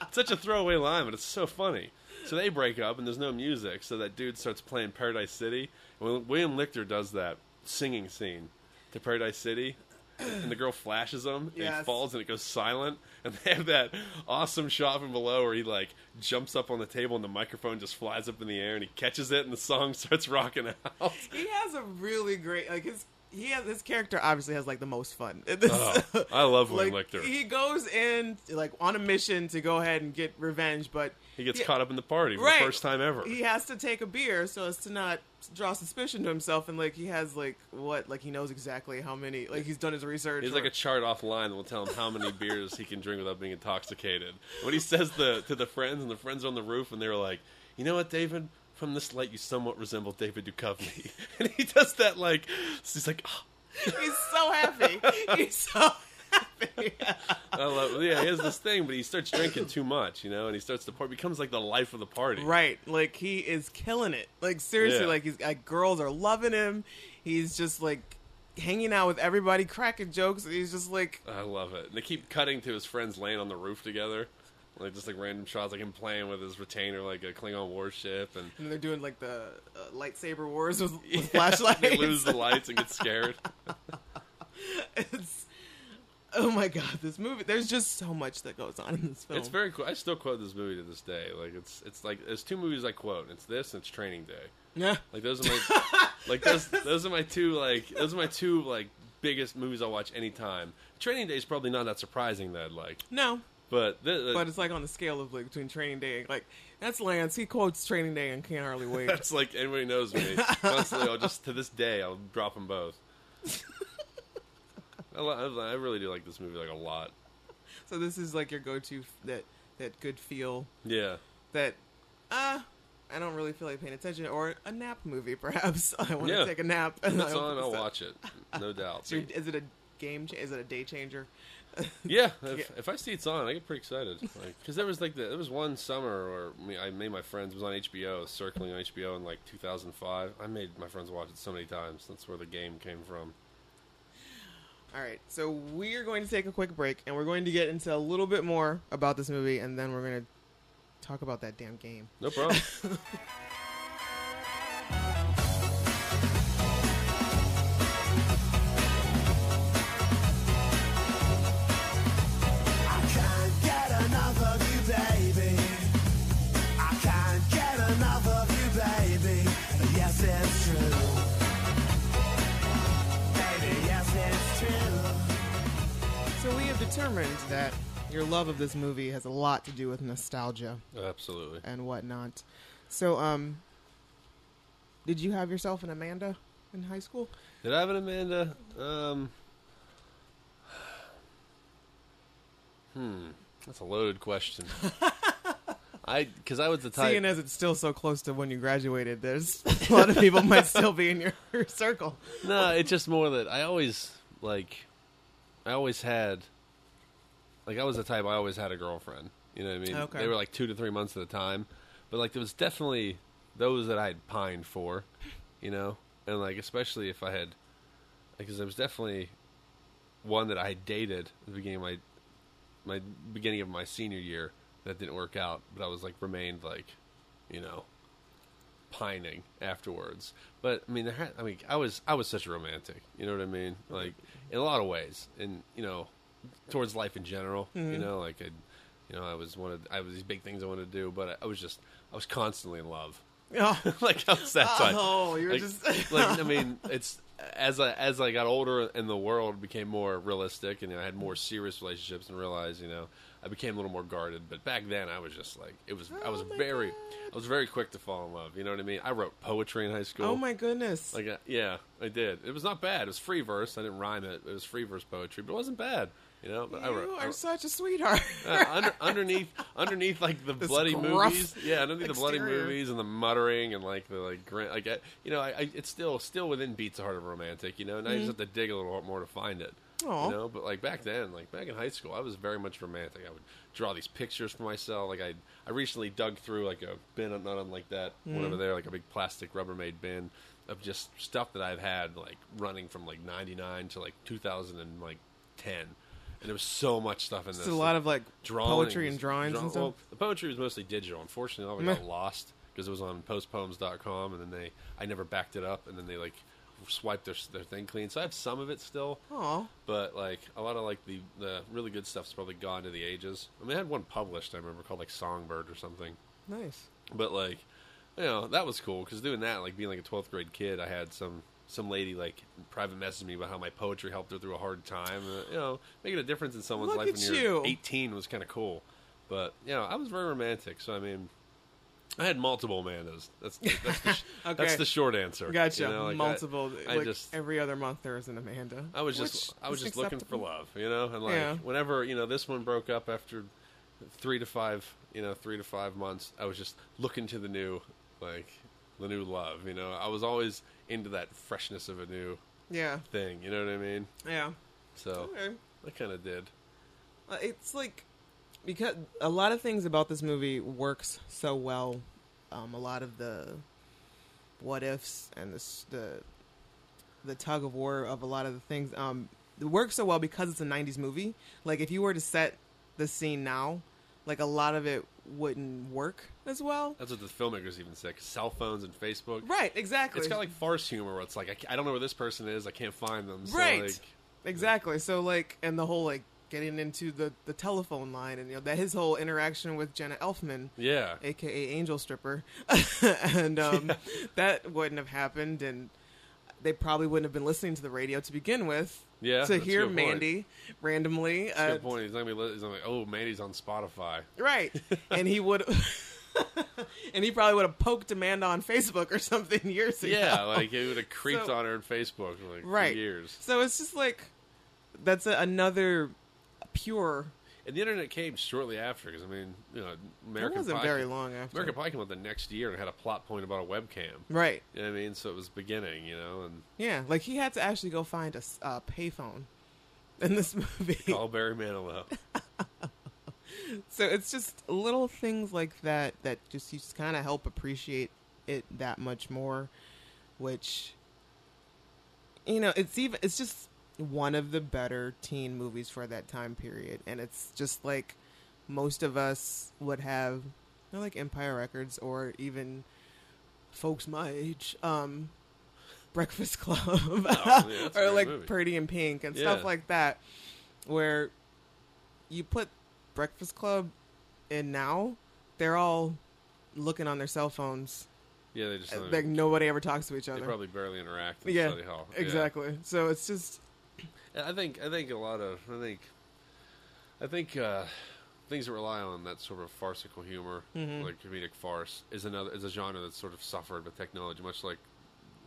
It's Such a throwaway line, but it's so funny. So they break up and there's no music. So that dude starts playing Paradise City. And when William Lichter does that singing scene to Paradise City. And the girl flashes him, and he Yes. falls, and it goes silent. And they have that awesome shot from below where he like jumps up on the table, and the microphone just flies up in the air, and he catches it, and the song starts rocking out. He has a really great like his he has his character obviously has like the most fun. in this. Oh, I love William Lichter. He goes in like on a mission to go ahead and get revenge, but He gets caught up in the party for the first time ever. He has to take a beer so as to not draw suspicion to himself, and like he has like what like he knows exactly how many like he's done his research. He's or- like a chart offline that will tell him how many beers he can drink without being intoxicated. When he says the to the friends, and the friends are on the roof, and they're like, "You know what, David? From this light, you somewhat resemble David Duchovny." And he does that like so he's like, "Ah, He's so happy. He's so happy. I love, yeah, he has this thing, but he starts drinking too much, you know, and he starts to party. Becomes like the life of the party. right. Like he is killing it. Like seriously, Yeah. like he's like girls are loving him. He's just like hanging out with everybody, cracking jokes. He's just like I love it. And they keep cutting to his friends laying on the roof together. Like just like random shots, like him playing with his retainer, like a Klingon warship, and and they're doing like the uh, lightsaber wars with, with they flashlights. lose the lights and get scared. it's, oh my god, this movie. There's just so much that goes on in this film. It's very cool. I still quote this movie to this day. Like it's it's like there's two movies I quote. It's this and it's Training Day. yeah. Like those are my like those those are my two like those are my two like biggest movies I watch anytime. Training Day is probably not that surprising that I'd like, No, but th- but it's like on the scale of like between Training Day and like that's Lance. He quotes Training Day and can't hardly wait. that's like anybody knows me. Constantly, I'll just to this day I'll drop them both. I, li- I li- I really do like this movie like a lot. so this is like your go-to f- that that good feel Yeah, that uh I don't really feel like paying attention or a nap movie perhaps. I want to Yeah. take a nap. And that's I on. I'll open this up. watch it, no doubt. Is your- Is it a game? Cha- is it a day changer? Yeah, if, if I see it's on, I get pretty excited. Like, because there was like the, there was one summer where me, I made my friends it was on HBO, circling on HBO in like 2005. I made my friends watch it so many times. That's where the game came from. All right, so we are going to take a quick break, and we're going to get into a little bit more about this movie, and then we're going to talk about that damn game. No problem. I can't get enough of you, baby. I can't get enough of you, baby. Yes, it's true. Baby, yes, it's true. So we have determined that your love of this movie has a lot to do with nostalgia Absolutely. and whatnot. So, um, did you have yourself an Amanda in high school? Did I have an Amanda? Um, hmm, that's a loaded question. I because I was the type. Seeing as it's still so close to when you graduated, there's a lot of people might still be in your, your circle. no, it's just more that I always like I always had like I was the type I always had a girlfriend. You know what I mean? Okay. They were like two to three months at a time. But like there was definitely those that I had pined for, you know? And like especially if I had because there was definitely one that I dated at the beginning of my my beginning of my senior year that didn't work out, but I was like remained like, you know, pining afterwards. But I mean, there had, I mean, I was I was such a romantic. You know what I mean? Like in a lot of ways, and you know, towards life in general. You know, like I, you know, I was wanted. I was these big things I wanted to do, but I, I was just I was constantly in love. Oh, like I was that type. Oh, you were like, just- like I mean, it's as I as I got older and the world became more realistic, and I had more serious relationships, and realized you know I became a little more guarded. But back then, I was just like it was. I was Oh my very, God. I was very quick to fall in love. You know what I mean? I wrote poetry in high school. oh my goodness. Like uh, yeah, I did. It was not bad. It was free verse. I didn't rhyme it. It was free verse poetry, but it wasn't bad. You know, but I wrote. you I are wrote- such a sweetheart. uh, under, underneath, underneath like the This bloody gruff movies, yeah, underneath the bloody exterior. movies and the muttering and like the like, grin, like I, you know, I, I it's still still within beats the heart of a romantic, you know. Now you just have to dig a little more to find it, Mm-hmm. Aw. you know. But like back then, like back in high school, I was very much romantic. I would draw these pictures for myself. Like I, I recently dug through like a bin, not unlike that one Mm. over there, like a big plastic Rubbermaid bin of just stuff that I've had like running from like '99 to like 2000 and like 10. And there was so much stuff in this. It's a lot like, of like drawings, poetry and drawings and draw- stuff. Well, the poetry was mostly digital. Unfortunately, all of it got Meh. lost because it was on postpoems.com, and then they I never backed it up, and then they like swiped their their thing clean. So I have some of it still, Oh, but like a lot of like the the really good stuff's probably gone to the ages. I mean, I had one published I remember called like Songbird or something, nice. but like you know that was cool because doing that like being like a 12th grade kid i had some some lady like private message me about how my poetry helped her through a hard time uh, you know making a difference in someone's Look life at when you. you're 18 was kind of cool but you know i was very romantic so i mean I had multiple Amandas. That's that's the, sh- Okay. that's the short answer. Gotcha. You know, like, I- Multiple. I, like just every other month there is an Amanda. I was just which I was is just looking for acceptable. love, you know, and like Yeah. whenever you know this one broke up after three to five, you know, three to five months, I was just looking to the new, like the new love, you know. I was always into that freshness of a new Yeah. thing. You know what I mean? Yeah. So Okay. I kind of did. Uh, It's like because a lot of things about this movie works so well. Um, a lot of the what ifs and the s- the the tug of war of a lot of the things um, it works so well because it's a '90s movie. Like if you were to set the scene now, like a lot of it wouldn't work as well. That's what the filmmakers even said. 'cause cell phones and Facebook. Right. Exactly. It's got like farce humor where it's like I, ca- I don't know where this person is. I can't find them. So Right. Like, Exactly. So like, and the whole like getting into the the telephone line, and you know that his whole interaction with Jenna Elfman, yeah. aka Angel Stripper, and um, that wouldn't have happened, and they probably wouldn't have been listening to the radio to begin with. Yeah, To that's a hear good point. Mandy randomly. That's a uh, Good point. He's not gonna be. li- He's gonna be like, oh, Mandy's on Spotify. Right. And he would. and he probably would have poked Amanda on Facebook or something years ago. Yeah, like it would have creeped So- on her on Facebook in, like right. for years. So it's just like that's a, another pure. And the internet came shortly after because I mean, you know, American it wasn't Pie, very long after. American Pie came out the next year and had a plot point about a webcam. Right. You know what I mean? So it was beginning, you know, and Yeah. Like he had to actually go find a s- uh, payphone in this movie. call Barry Manilow. So it's just little things like that that just you just kind of help appreciate it that much more, which you know it's even it's just one of the better teen movies for that time period, and it's just like most of us would have, you know, like Empire Records or even folks my age, um, Breakfast Club, Oh, yeah, that's a or great like movie. Pretty in Pink and Yeah. stuff like that, where you put Breakfast Club in now, they're all looking on their cell phones. Oh, Yeah, they just Like nobody ever talks to each they other. probably barely interact. In yeah, study hall. Yeah. exactly. So it's just And I think I think a lot of I think I think uh, things that rely on that sort of farcical humor, Mm-hmm. like comedic farce, is another is a genre that's sort of suffered with technology, much like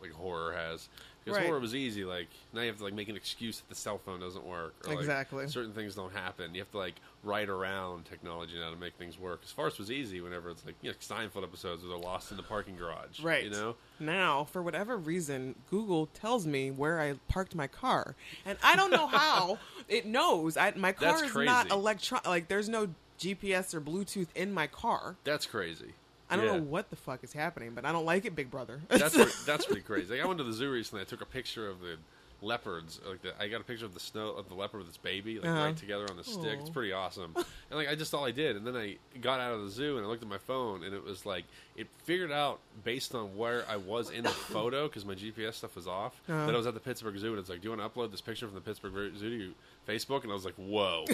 like horror has. Because Right. horror was easy, like now you have to like make an excuse that the cell phone doesn't work, or like, Exactly. certain things don't happen. You have to like write around technology now to make things work. Because farce was easy whenever it's like you know, Seinfeld episodes where they're lost in the parking garage, right You know, now for whatever reason Google tells me where I parked my car, and I don't know how it knows. I, my car That's is not crazy. electron. Like there's no GPS or Bluetooth in my car. that's crazy. I don't Yeah. know what the fuck is happening, but I don't like it, Big Brother. That's pretty, that's pretty crazy. Like, I went to the zoo recently. I took a picture of the leopards. Like the, I got a picture of the snow of the leopard with its baby, like Uh-huh. right together on the stick. It's Aw. pretty awesome. And like I just all I did, and then I got out of the zoo and I looked at my phone, and it was like it figured out based on where I was in the photo because my GPS stuff was off. Uh-huh. That I was at the Pittsburgh Zoo, and it's like, do you want to upload this picture from the Pittsburgh Zoo to your Facebook? And I was like, whoa,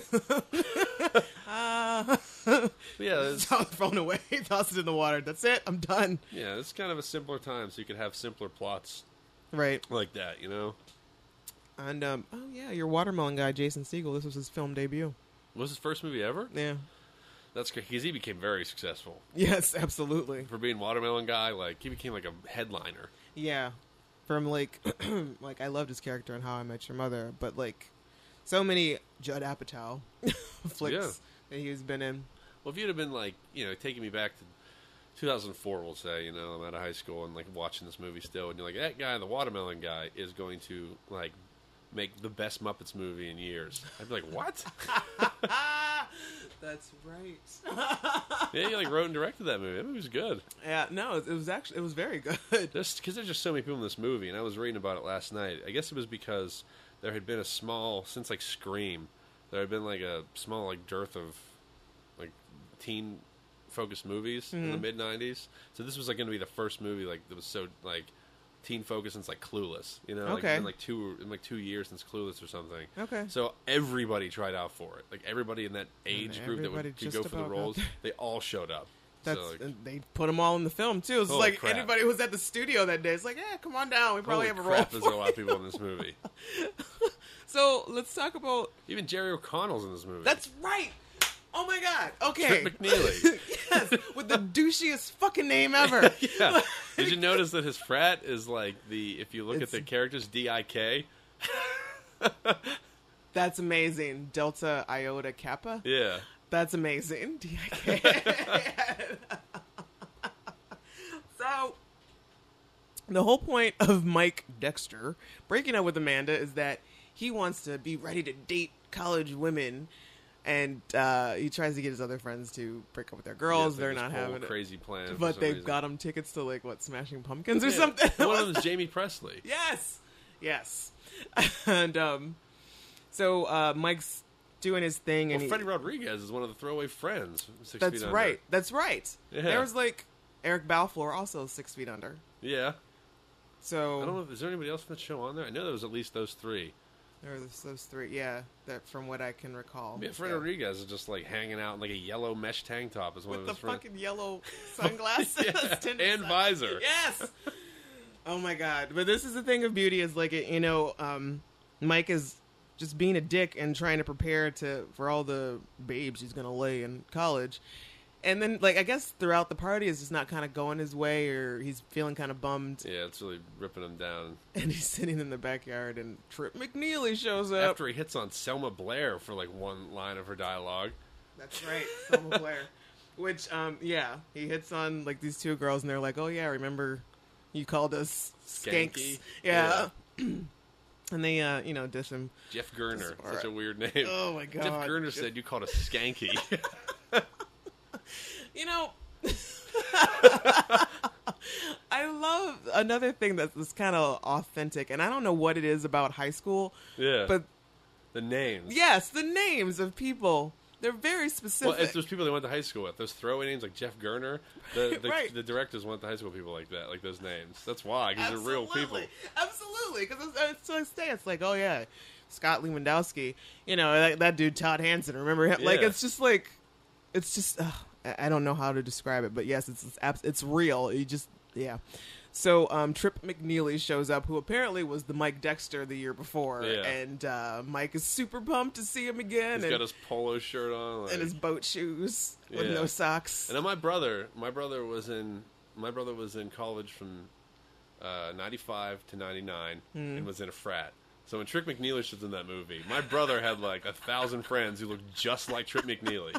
yeah. It's, Toss the phone away, toss it in the water. That's it. I'm done. yeah, it's kind of a simpler time, so you could have simpler plots Right. like that, you know? And um, oh yeah, your watermelon guy, Jason Siegel. This was his film debut. Was his first movie ever? Yeah. That's great because he became very successful Yes, absolutely. for being watermelon guy. Like he became like a headliner. Yeah. From like, like I loved his character in How I Met Your Mother, but like, so many Judd Apatow flicks Yeah. that he's been in. Well, if you'd have been like you know taking me back to 2004, we'll say you know I'm out of high school and like watching this movie still, and you're like that guy, the watermelon guy, is going to like make the best Muppets movie in years. I'd be like, what? That's right. yeah, he like wrote and directed that movie. That movie was good. Yeah. No, it was actually it was very good. Just because there's just so many people in this movie, and I was reading about it last night. I guess it was because there had been a small since like Scream, there had been like a small like dearth of like teen focused movies in Mm-hmm. the mid '90s. So this was like going to be the first movie like that was so like teen focused since like Clueless. You know, like, it's Okay. been, like two in like two years since Clueless or something. Okay. So everybody tried out for it. Like everybody in that age group that everybody would could just go for the about got roles, there. they all showed up. That's so, like, and they put them all in the film too. It's Holy like crap. anybody who was at the studio that day. It's like, yeah, come on down. We probably holy have a crap, role. there's For a lot of people in this movie. So let's talk about. Even Jerry O'Connell's in this movie. That's right. Oh my god. Okay. Trent McNeely. yes, with the douchiest fucking name ever. yeah. Did you notice that his frat is like the if you look It's- at the characters D I K? That's amazing. Delta Iota Kappa. Yeah. That's amazing. D-I-K. so the whole point of Mike Dexter breaking up with Amanda is that he wants to be ready to date college women, and uh, he tries to get his other friends to break up with their girls. It's like They're this not whole having it, crazy plan, for but some they've reason. got him tickets to like what Smashing Pumpkins or Yeah. something. One of them is Jamie Presley. Yes, yes, and um, so uh, Mike's doing his thing, and Well, he- Freddie Rodriguez is one of the throwaway friends. Six that's feet Under. right, that's right. Yeah. There was like Eric Balfour also six feet under. Yeah. So I don't know. If, is there anybody else from the show on there? I know there was at least those three. There was those three, yeah. That from what I can recall. Yeah, Freddie Rodriguez is just like hanging out in like a yellow mesh tank top as with one of the his friends. fucking yellow sunglasses Yeah, tinted and sun- visor. Yes. oh my god! But this is the thing of beauty is like it, you know, um, Mike is just being a dick and trying to prepare to for all the babes he's gonna lay in college. And then, like, I guess throughout the party is just not kind of going his way, or he's feeling kind of bummed, Yeah, it's really ripping him down. and he's sitting in the backyard, and Trip McNeely shows up. After he hits on Selma Blair for like one line of her dialogue. That's right, Selma Blair. Which, um, yeah, he hits on like these two girls, and they're like, "Oh yeah, remember you called us skanks?" Skanky. Yeah. and they, uh, you know, diss him. Jeff Gerner, That's such a alright. weird name. Oh my Jeff God. Gerner said you called a skanky. You know, I love another thing that's that's kind of authentic, and I don't know what it is about high school, yeah, but the names. yes, the names of people. They're very Well, specific. it's those people they went to high school with. Those throwaway names like Jeff Gerner. The, the, Right. the directors went to high school with people like that, like those names. That's why, because they're real people. Absolutely, because it's, it's to this day, it's like, oh yeah, Scott Lewandowski, you know that, that dude Todd Hansen. Remember him? Like Yeah. it's just like, it's just uh, I I don't know how to describe it, but yes, it's it's, abs- it's real. You just yeah. So um, Trip McNeely shows up, who apparently was the Mike Dexter the year before, Yeah. and uh, Mike is super pumped to see him again, He's and, got his polo shirt on. Like, and his boat shoes with Yeah. no socks. And then my brother, my brother was in my brother was in college from uh, ninety five to ninety nine, Hmm. and was in a frat. So when Trick McNeely was in that movie, my brother had like a thousand friends who looked just like Trick McNeely.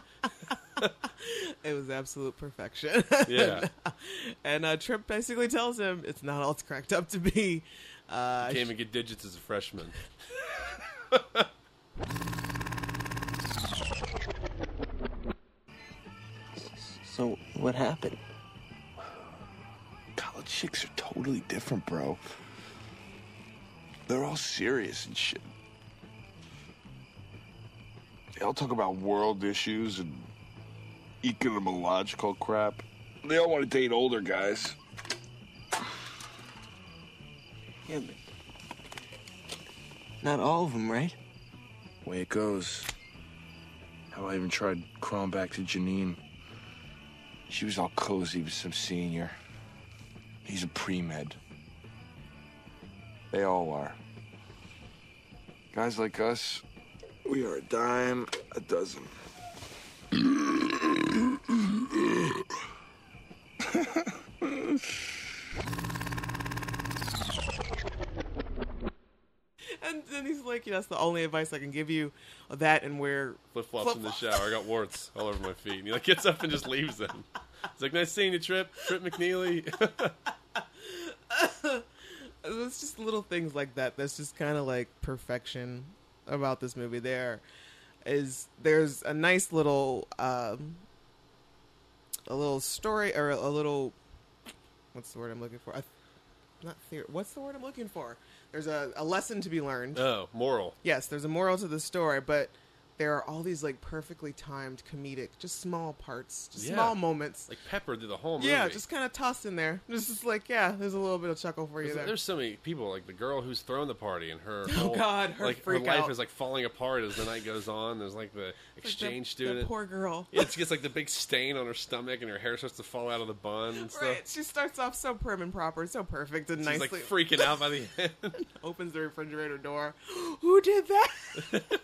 It was absolute perfection. Yeah. and uh, Trip basically tells him it's not all it's cracked up to be. Uh, Came and get digits as a freshman. So what happened? College chicks are totally different, bro. They're all serious and shit. They all talk about world issues and economological crap. They all want to date older guys. Yeah, but not all of them, right? Way it goes. Hell, I even tried crawling back to Janine. She was all cozy with some senior. He's a pre med. They all are. Guys like us, we are a dime a dozen. and then he's like, "That's the only advice I can give you. uh, That and wear Flip flops in the Flip-flops. shower. I got warts all over my feet. And he like gets up and just leaves them. It's like nice seeing you, Trip. Trip McNeely. uh, It's just little things like that. That's just kind of like perfection about this movie. There is there's a nice little um, a little story or a, a little what's the word I'm looking for? A, not theory. What's the word I'm looking for? There's a, a lesson to be learned. oh, moral. yes, there's a moral to the story, but there are all these like perfectly timed comedic, just small parts, just Yeah. small moments. Like peppered through the whole movie. yeah, just kind of tossed in there. It's just like, yeah, there's a little bit of chuckle for you There's, there. there's so many people, like the girl who's throwing the party, and her Oh, whole, God, her like freak her life out. is like falling apart as the night goes on. There's like the Like, exchange the- student. The poor girl. Yeah, she gets like the big stain on her stomach, and her hair starts to fall out of the bun and stuff. Right. She starts off so prim and proper, so perfect and She's like nicely freaking out by the end. opens the refrigerator door. Who did that?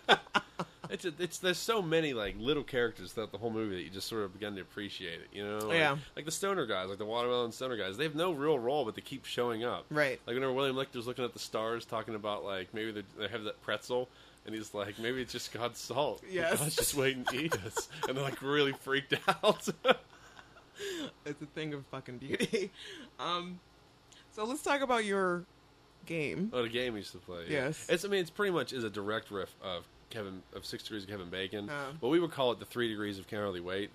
It's, a, it's there's so many like little characters throughout the whole movie that you just sort of begin to appreciate it. You know, like, Yeah. Like the stoner guys, like the watermelon stoner guys, they have no real role, but they keep showing up. Right. Like whenever William Lichter's looking at the stars, talking about like maybe they're- they have that pretzel. And he's like, maybe it's just God's salt. Yes. God's just waiting to eat us. And they're like really freaked out. it's a thing of fucking beauty. Um, So let's talk about your game. Oh, the game he used to play. yeah. Mm-hmm. Yes. It's. I mean, it's pretty much is a direct riff of Kevin of Six Degrees of Kevin Bacon, Oh. Mm. but we would call it the Three Degrees of Cowardly Weight,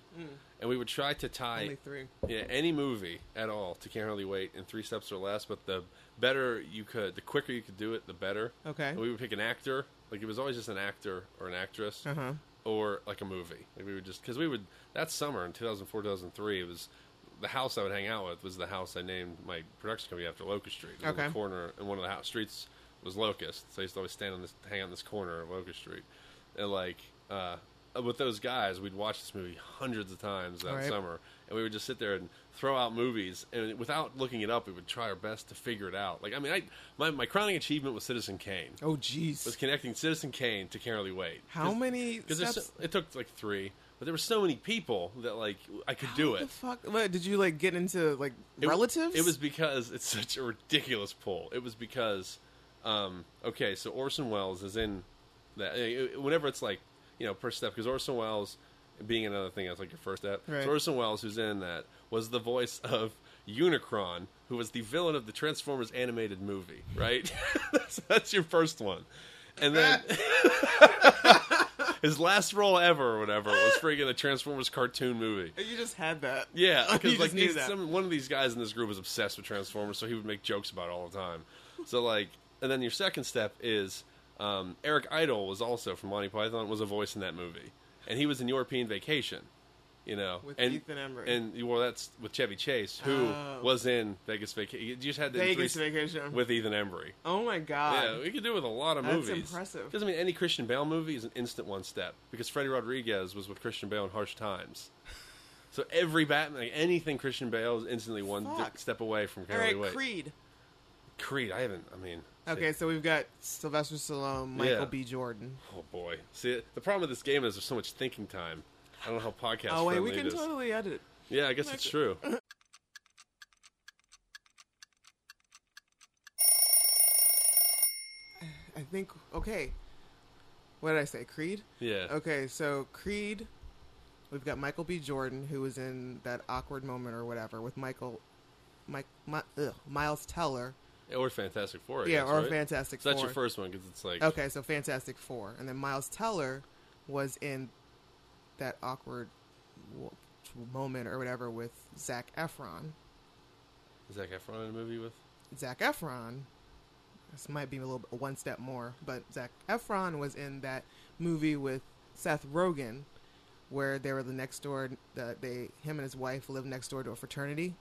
and we would try to tie Only three. yeah, any movie at all to Cowardly Weight in three steps or less. But the better you could, the quicker you could do it, the better. Okay. And we would pick an actor. Like it was always just an actor or an actress. Uh-huh. Or like a movie. Like we would just because we would that summer in 2004 2003 it was. The house I would hang out with was the house I named my production company after Locust Street. It was on the Okay. corner corner, and one of the house streets was Locust. So I used to always stand on this, hang on this corner of Locust Street, and like uh, with those guys, we'd watch this movie hundreds of times that Right. summer, and we would just sit there and throw out movies, and without looking it up, we would try our best to figure it out. Like I mean, I my, my crowning achievement was Citizen Kane. Oh, Was jeez. connecting Citizen Kane to Carolee Wade. How many there's steps? so- it took like three, but there were so many people that like I could do What it. the fuck? What, did you like get into like It- relatives? It was because it's such a ridiculous poll. It was because, um, okay, so Orson Welles is in that. eh, eh, Whenever it's like, you know, first step, because Orson Welles being another thing, that's like your first step. Right. So Orson Welles, who's in that, was the voice of Unicron, who was the villain of the Transformers animated movie, right? that's, that's your first one. And then his last role ever, or whatever, was freaking a Transformers cartoon movie. You just had that. Yeah, You because just like knew these, that. some, one of these guys in this group was obsessed with Transformers, so he would make jokes about it all the time. So like, and then your second step is um, Eric Idle was also from Monty Python was a voice in that movie, and he was in European Vacation, you know, With and, Ethan Embry. and well, that's with Chevy Chase, who Oh. was in Vegas Vacation. You just had the Vegas three- vacation. with Ethan Embry. oh my god. Yeah, we could do it with a lot of That's movies. impressive. Because I mean, any Christian Bale movie is an instant one step because Freddie Rodriguez was with Christian Bale in Harsh Times. So every Batman, like anything Christian Bale is instantly one di- Fuck. step away from All Cowardly right, Wait. Creed. Creed, I haven't. I mean, Okay, see- so we've got Sylvester Stallone, Michael Yeah. B. Jordan. oh boy. See, the problem with this game is there's so much thinking time. I don't know how podcast. oh wait, we friendly can it is. totally edit. it. Yeah, I guess it's true. I think. Okay, what did I say? Creed. Yeah. Okay, so Creed. We've got Michael B. Jordan, who was in that awkward moment or whatever with Michael, Mike, my, ugh, Miles Teller. Or Fantastic Four. I Yeah, guess, or right? Fantastic So that's your Four. first one because it's like Okay, so Fantastic Four, and then Miles Teller was in that awkward w- moment or whatever with Zach Efron. Zac Efron in a movie with. Zach Efron. This might be a little bit, one step more, but Zach Efron was in that movie with Seth Rogen, where they were the next door. The, they him and his wife lived next door to a fraternity.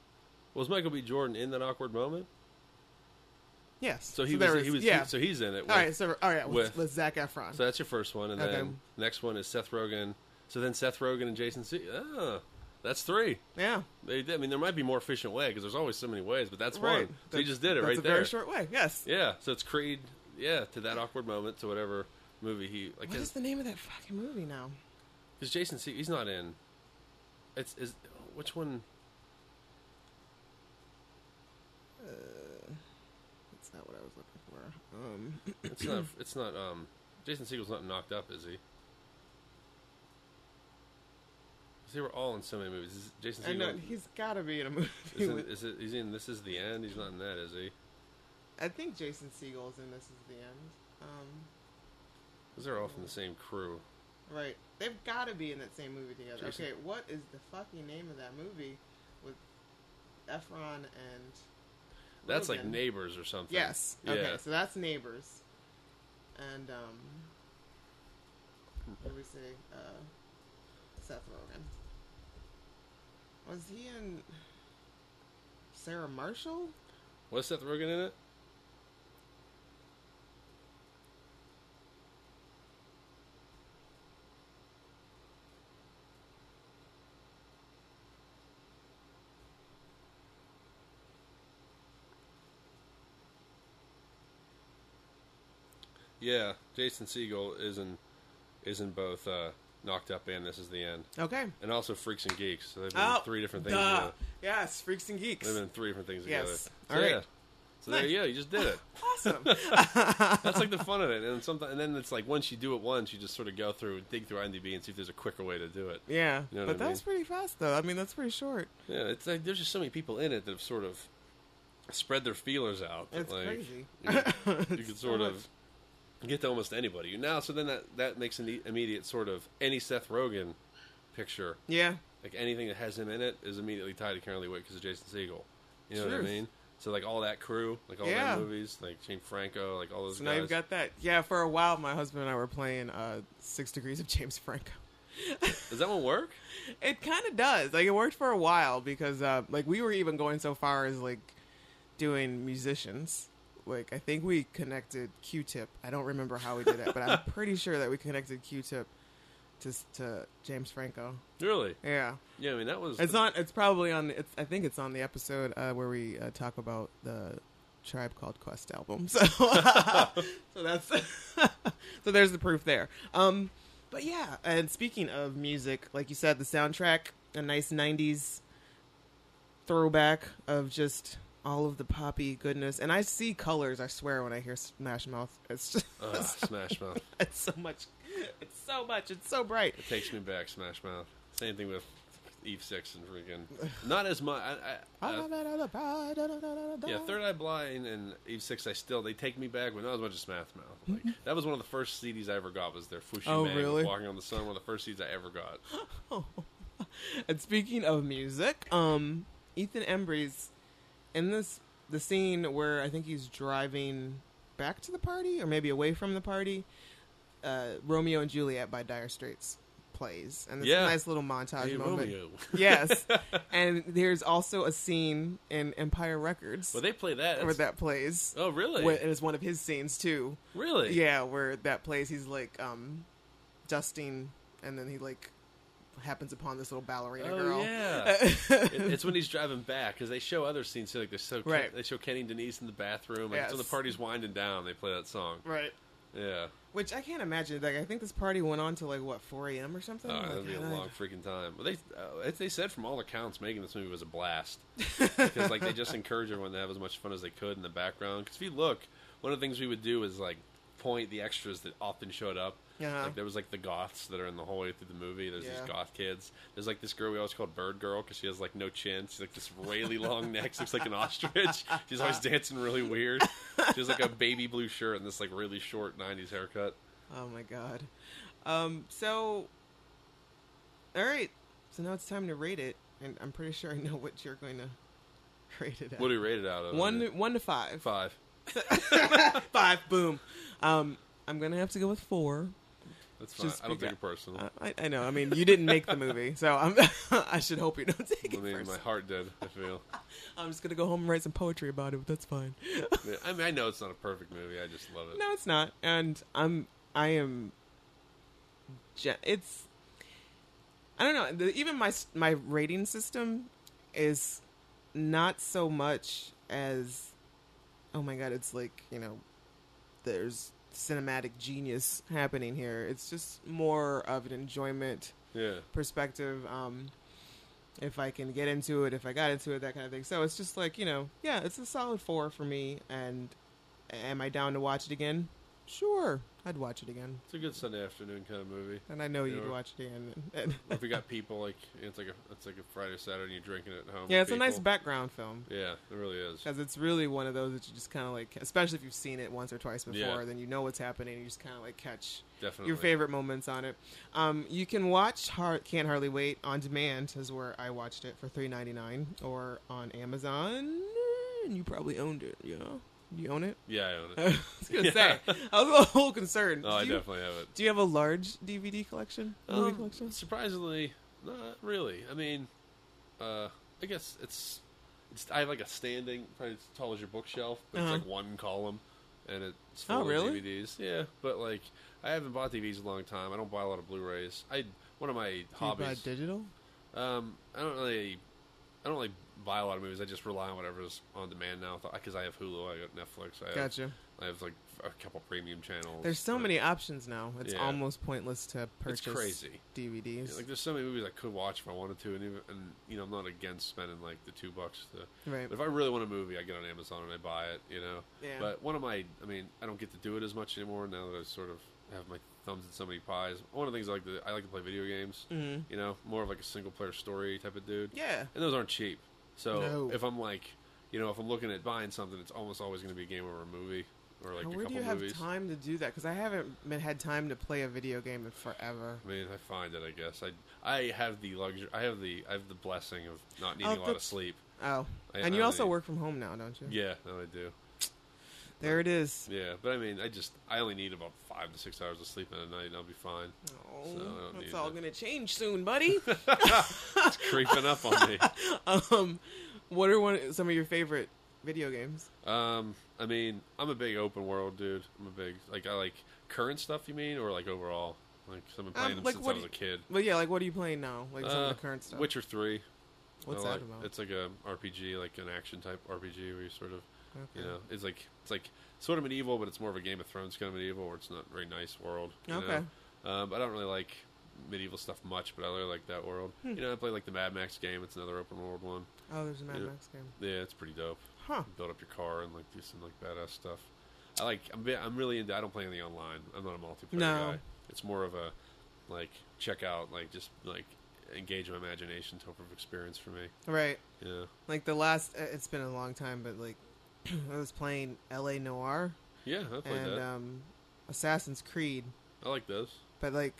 Was Michael B. Jordan in that awkward moment? Yes. So he there was. He was. Yeah. so he's in it. all with- right. So all right. With, with- with Zach Efron. So that's your first one, and Okay. then next one is Seth Rogen. So then Seth Rogen and Jason C. Oh, that's three. yeah. They, I mean, there might be more efficient way because there's always so many ways, but that's Right. one. So you That- just did it that's right a there. Very short way. Yes. Yeah. So it's Creed. Yeah, to that awkward moment to whatever movie he like. What is the name of that fucking movie now? Because Jason C. He's not in. It's is which one? That's not what I was looking for. Um, It's not. It's not. Um, Jason Siegel's not knocked up, is he? 'Cause They were all in so many movies. Is Jason I Siegel. know he's got to be in a movie. is, in, with- is it, he's in This Is the End. He's not in that, is he? I think Jason Siegel's in This Is the End. Um, Because they're all from the same crew. right, they've got to be in that same movie together. Jason- Okay, what is the fucking name of that movie with Efron and? That's like Rogen? neighbors or something. Yes. Yeah. Okay, so that's Neighbors, and um, what do we say? Uh, Seth Rogen. Was he in Sarah Marshall? Was Seth Rogen in it? Yeah, Jason Siegel is in is in both uh, Knocked Up and This Is the End, Okay. Oh, and also Freaks and Geeks. So they've been in three different things. duh. together. Yes, Freaks and Geeks. They've been in three different things Yes. together. All right. Yeah. So there Nice. you go. You just did it. Awesome. That's like the fun of it. And sometimes, and then it's like once you do it once, you just sort of go through and dig through IMDb and see if there's a quicker way to do it. Yeah, You know what but I that was mean? uh, pretty fast though. I mean, that's pretty short. Yeah, it's like there's just so many people in it that have sort of spread their feelers out. It's like, crazy. You, you can sort much. of get to almost anybody now. So then that that makes an e- immediate sort of any Seth Rogen picture, Yeah. like anything that has him in it, is immediately tied to Currently Witt because of Jason Segel. You know what I Truth. mean? So like all that crew, like all Yeah. their movies, like Gene Franco, like all those So now guys. you've got that. Yeah, for a while, my husband and I were playing uh, Six Degrees of James Franco. Does that one work? It kind of does. Like it worked for a while because uh, like we were even going so far as like doing musicians. Like I think we connected Q-Tip. I don't remember how we did it, but I'm pretty sure that we connected Q-Tip to to James Franco. Really? Yeah, Yeah, I mean that was it's not. It's probably on. It's I think it's on the episode uh, where we uh, talk about the Tribe Called Quest album. So so that's so there's the proof there. Um, but yeah, and speaking of music, like you said, the soundtrack, a nice '90s throwback of just all of the poppy goodness. And I see colors. I swear when I hear Smash Mouth, it's just Ugh, Ah, Smash Mouth. it's so much. It's so much. It's so bright. Takes me back, Smash Mouth. Same thing with Eve Six and freaking. Not as much. I, I, uh, yeah, Third Eye Blind and Eve Six. I still they take me back, but not as much as Smash Mouth. Like, that was one of the first CDs I ever got. Was their Fushi Mm-hmm. Oh, Man really? Walking on the Sun? One of the first CDs I ever got. And speaking of music, um, Ethan Embry's in this the scene where I think he's driving back to the party or maybe away from the party. Uh, Romeo and Juliet by Dire Straits plays, and it's Yeah. a nice little montage Hey, moment. Romeo. Yes, and there's also a scene in Empire Records Well, they play that. where That's- that plays. oh, really? Where- and it's one of his scenes too. really? Yeah, where that plays, he's like um, dusting, and then he like happens upon this little ballerina Oh girl. yeah, It- it's when he's driving back because they show other scenes too. Like they show Ken, Right. they show Kenny and Denise in the bathroom. Like, it's when the Yes. party's winding down, they play that song. Right. Yeah, Which I can't imagine. Like I think this party went on to like what 4 a.m. or something. Oh, Like, that'd be a God, I- long freaking time. Well, they uh, as they said from all accounts, making this movie was a blast because like they just encouraged everyone to have as much fun as they could in the background. Because if you look, one of the things we would do is like point the extras that often showed up. Uh-huh. Like there was like the goths that are in the whole way through the movie. There's Yeah. these goth kids. There's like this girl we always called Bird Girl because she has like no chin. She's like this really long neck. She looks like an ostrich. She's always dancing really weird. She has like a baby blue shirt and this like really short '90s haircut. Oh my god. Um. So. All right. So now it's time to rate it, and I'm pretty sure I know what you're going to rate it at. What do you rate it out of? one one to five. five. Five. Boom. Um. I'm gonna have to go with four. That's fine. Just I don't because- think it personal. Uh, I, I know. I mean, you didn't make the movie, so I'm. I should hope you don't take I it mean, first. my heart did. I feel. I'm just gonna go home and write some poetry about it. But that's fine. Yeah, I mean, I know it's not a perfect movie. I just love it. No, it's not. And I'm I am. ge- It's I don't know. The, even my s- my rating system is not so much as oh my god, it's like you know there's cinematic genius happening here. It's just more of an enjoyment Yeah, perspective. Um, if I can get into it, if I got into it, that kind of thing. So it's just like you know, yeah, it's a solid four for me. And am I down to watch it again? Sure, I'd watch it again, it's a good Sunday afternoon kind of movie. and I know you'd Sure. watch it again. And- If you got people like it's like a it's like a Friday or Saturday and you're drinking it at home. yeah, with it's a nice people. background film Yeah, it really is. because it's really one of those that you just kind of like, especially if you've seen it once or twice before, Yeah. then you know what's happening. You just kind of like catch Definitely. your favorite moments on it. Um, you can watch Har- Can't Hardly Wait on demand, is where I watched it for three ninety nine, or on Amazon. And you probably owned it, yeah. You own it? Yeah, I own I it. was gonna Yeah. say. I was a little concerned. Oh, I do, you, definitely have it. do you have a large DVD collection? Movie Um, collection? surprisingly, not really. I mean, uh, I guess it's, it's. I have like a standing, probably as tall as your bookshelf, but Uh-huh. it's like one column, and it's Oh, full of really? DVDs. Yeah, but like I haven't bought DVDs in a long time. I don't buy a lot of Blu-rays. I one of my hobbies. digital? Um, I don't really, I don't really buy a lot of movies. I just rely on whatever's on demand now. Because I have Hulu, I got Netflix. I have, Gotcha. I have like a couple premium channels. There's so Like, many options now. It's Yeah. almost pointless to It's purchase crazy. DVDs. Like there's so many movies I could watch if I wanted to, and even and you know I'm not against spending like the two bucks. To, Right. But if I really want a movie, I get on Amazon and I buy it. You know. Yeah. But one of my, I mean, I don't get to do it as much anymore now that I sort of have my thumbs in so many pies. One of the things I like to, I like to play video games. mm You know, more of like a single player story type of dude. Mm-hmm. yeah. and those aren't cheap. So No. if I'm like, you you know, if I'm looking at buying something, it's almost always going to be a game over a movie or like Now, a where do couple you have movies. time to do that? Because I haven't been, had time to play a video game in forever. I mean, I find it. I guess I I have the luxury. I have the I have the blessing of not needing Oh, a lot of that's- sleep. Oh, I- and I you also only- work from home now, don't you? Yeah, no, I do. There it is. Yeah, but I mean, I just I only need about five to six hours of sleep in a night, and I'll be fine. So I Oh, don't that's need all it. going to change soon, buddy. It's creeping up on me. um, what are one some of your favorite video games? Um, I mean, I'm a big open world dude. I'm a big like I like current stuff. You mean, or like overall? Like so I've been playing Um, them like, since what I was do a kid. But yeah, like what are you playing now? Like some Uh, of the current stuff. Witcher Three. What's I that like- about? It's like a RPG, like an action type RPG, where you sort of, you Okay. know, it's like it's like sort of medieval, but it's more of a Game of Thrones kind of medieval, where it's not a very nice world. You Okay. Know? Um, I don't really like medieval stuff much, but I really like that world. Hmm. You know, I play like the Mad Max game. It's another open world one. oh, there's a Mad Yeah. Max game. Yeah, it's pretty dope. Huh. You build up your car and like do some like badass stuff. I like. I'm, bi- I'm really into. I don't play anything online. I'm not a multiplayer No. guy. It's more of a like check out, like just like engage my imagination type of experience for me. Right. Yeah. Like the last. uh, It's been a long time, but like I was playing L.A. Noir Yeah, I played and that. um, Assassin's Creed, I like those. but like.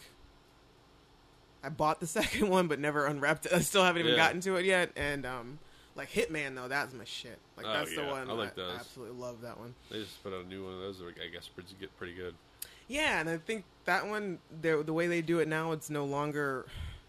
I bought the second one, but never unwrapped it. I still haven't even Yeah. gotten to it yet. And um, like Hitman, though, that's my shit. Like Oh, that's yeah. the one I like those. absolutely love that one. They just put out a new one of those. That I guess pretty get pretty good. Yeah, and I think that one, the the way they do it now, it's no longer.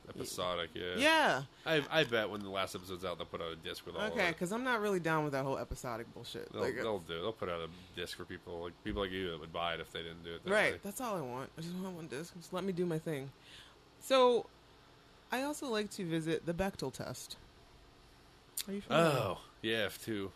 Episodic, yeah. Yeah. I, I bet when the last episode's out, they'll put out a disc with all. Okay, okay, Of it. because I'm not really down with that whole episodic bullshit. They'll, like, they'll do. They'll put out a disc for people like people like you that would buy it if they didn't do it. That right, way. that's all I want. I just want one disc. Just let me do my thing. So, I also like to visit the Bechtel test. Are you familiar? Oh yeah, if two,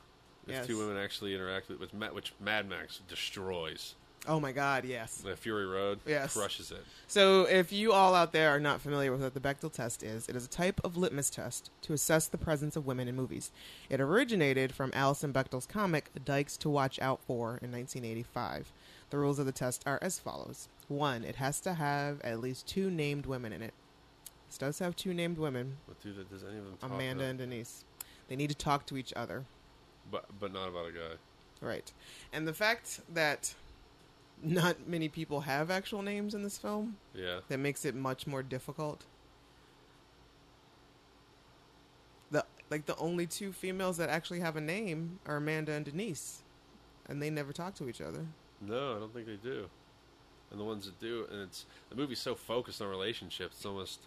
if Yes. two women actually interact with, with Ma- which Mad Max destroys Oh my God, yes. the Fury Road, Yes. crushes it. So, if you all out there are not familiar with what the Bechtel test is, it is a type of litmus test to assess the presence of women in movies. It originated from Alison Bechtel's comic Dykes to Watch Out For in 1985. The rules of the test are as follows: one, it has to have at least two named women in it. This does have two named women, But dude, does any of them talk Amanda though? and Denise. They need to talk to each other. But but not about a guy. Right. And the fact that not many people have actual names in this film Yeah. that makes it much more difficult. The like the only two females that actually have a name are Amanda and Denise, and they never talk to each other. No, I don't think they do. And the ones that do, and it's the movie's so focused on relationships, it's almost.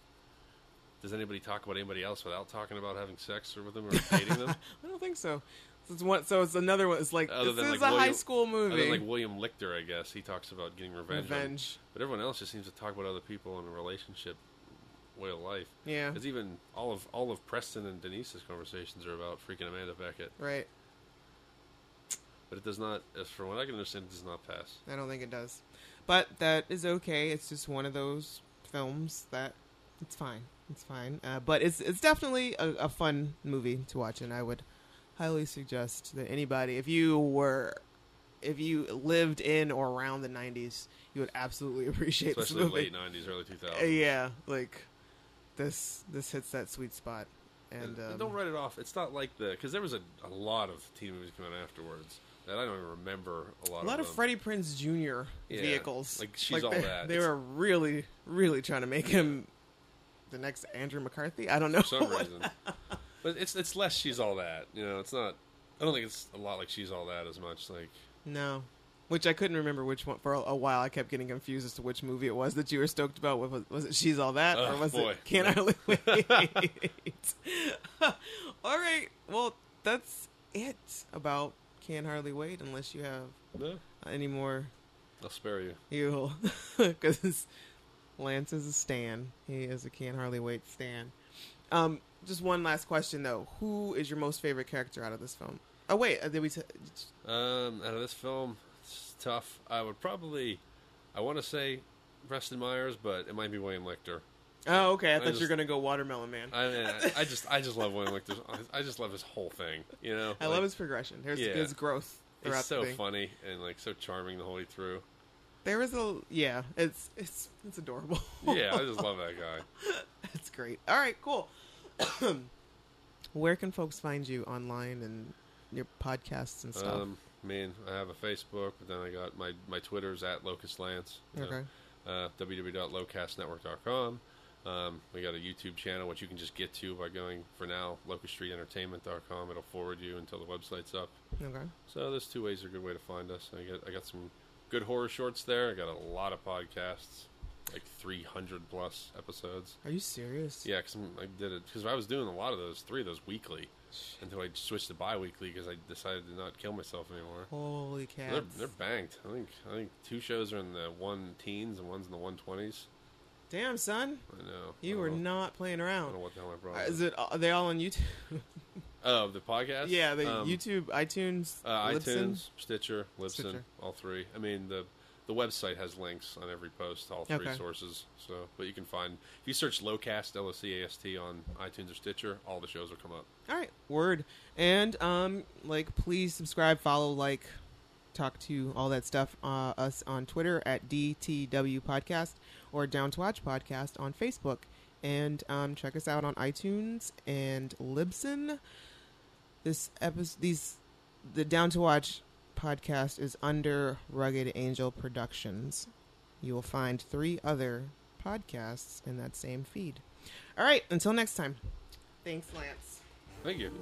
Does anybody talk about anybody else without talking about having sex or with them or dating them? I don't think so. So it's one. So it's another one. It's like Other this than, is like, a William- high school Other movie. than like William Lichter, I guess he talks about getting revenge. on- Revenge. but everyone else just seems to talk about other people in a relationship way of life. Yeah. Because even all of all of Preston and Denise's conversations are about freaking Amanda Beckett, Right. but it does not, as from what I can understand, it does not pass. I don't think it does. But that is okay. It's just one of those films that it's fine. It's fine. Uh, but it's it's definitely a, a fun movie to watch, and I would highly suggest that anybody, if you were, if you lived in or around the '90s, you would absolutely appreciate Especially this movie. late '90s, early 2000s. Uh, yeah, like this this hits that sweet spot, and, um, don't write it off. It's not like the because there was a, a lot of teen movies coming out afterwards that I don't even remember a lot. a lot of them. Freddie Prinze Jr. Um, Yeah, vehicles. like, She's All they, That. They It's- were really, really trying to make him the next Andrew McCarthy. I don't know. for some reason. But it's it's less. She's all that. You know, it's not. I don't think it's a lot like she's all that as much. Like no. Which I couldn't remember which one for a, a while. I kept getting confused as to which movie it was that you were stoked about. Was, was it She's All That or Oh, was boy. it Can I Li- Wait? All right. Well, that's it about Can Hardly Wait unless you have no, any more I'll spare you. Ew. Because Lance is a Stan. He is a can hardly wait Stan. Um, just one last question, though. Who is your most favorite character out of this film? Oh, wait. uh, Did we t- Um, out of this film, it's tough. I would probably, I want to say, Preston Myers, but it might be William Lichter. oh, okay. I thought you were just- going to go Watermelon Man. I, I mean, I, I just I just love William Lichter. I just love his whole thing. You know, love Like, his progression. There's Yeah. his growth throughout He's so the thing. funny and like so charming the whole way through. There is a yeah. It's it's it's adorable. Yeah, I just love that guy. that's great. All right, cool. Where can folks find you online and your podcasts and stuff? Um, I mean, I have a Facebook, but then I got my my Twitter's at Locust Lance. you know, Okay. Uh, www.locastnetwork.com. Um, we got a YouTube channel which you can just get to by going for now locuststreetentertainment.com. It'll forward you until the website's up. okay. So there's two ways are a good way to find us. I got I got some good horror shorts there. I got a lot of podcasts, like 300 plus episodes. Are you serious? Yeah, because I did it because I was doing a lot of those, three of those weekly, until I switched to bi-weekly because I decided to not kill myself anymore. Holy They're, cats. they're banked. I think I think two shows are in the one teens and one's in the one twenties. Damn, son. I know. I You don't were know- not playing I don't know around. what the hell my Uh, problem Is is. it? Are they all on YouTube? Oh, the podcast. yeah, they Um, YouTube, iTunes, uh, Libsyn. iTunes, Stitcher, Libsyn, Stitcher. all three. I mean the the website has links on every post, all three Okay. sources. So, but you can find if you search Locast L O C A S T on iTunes or Stitcher, all the shows will come up. All right, word. And um, like, please subscribe, follow, like, talk to all that stuff. Uh, us on Twitter at DTW Podcast or Down to Watch Podcast on Facebook, and um, check us out on iTunes and Libsyn. This episode, these, the Down to Watch podcast is under Rugged Angel Productions. You will find three other podcasts in that same feed. All right, until next time. Thanks, Lance. Thank you.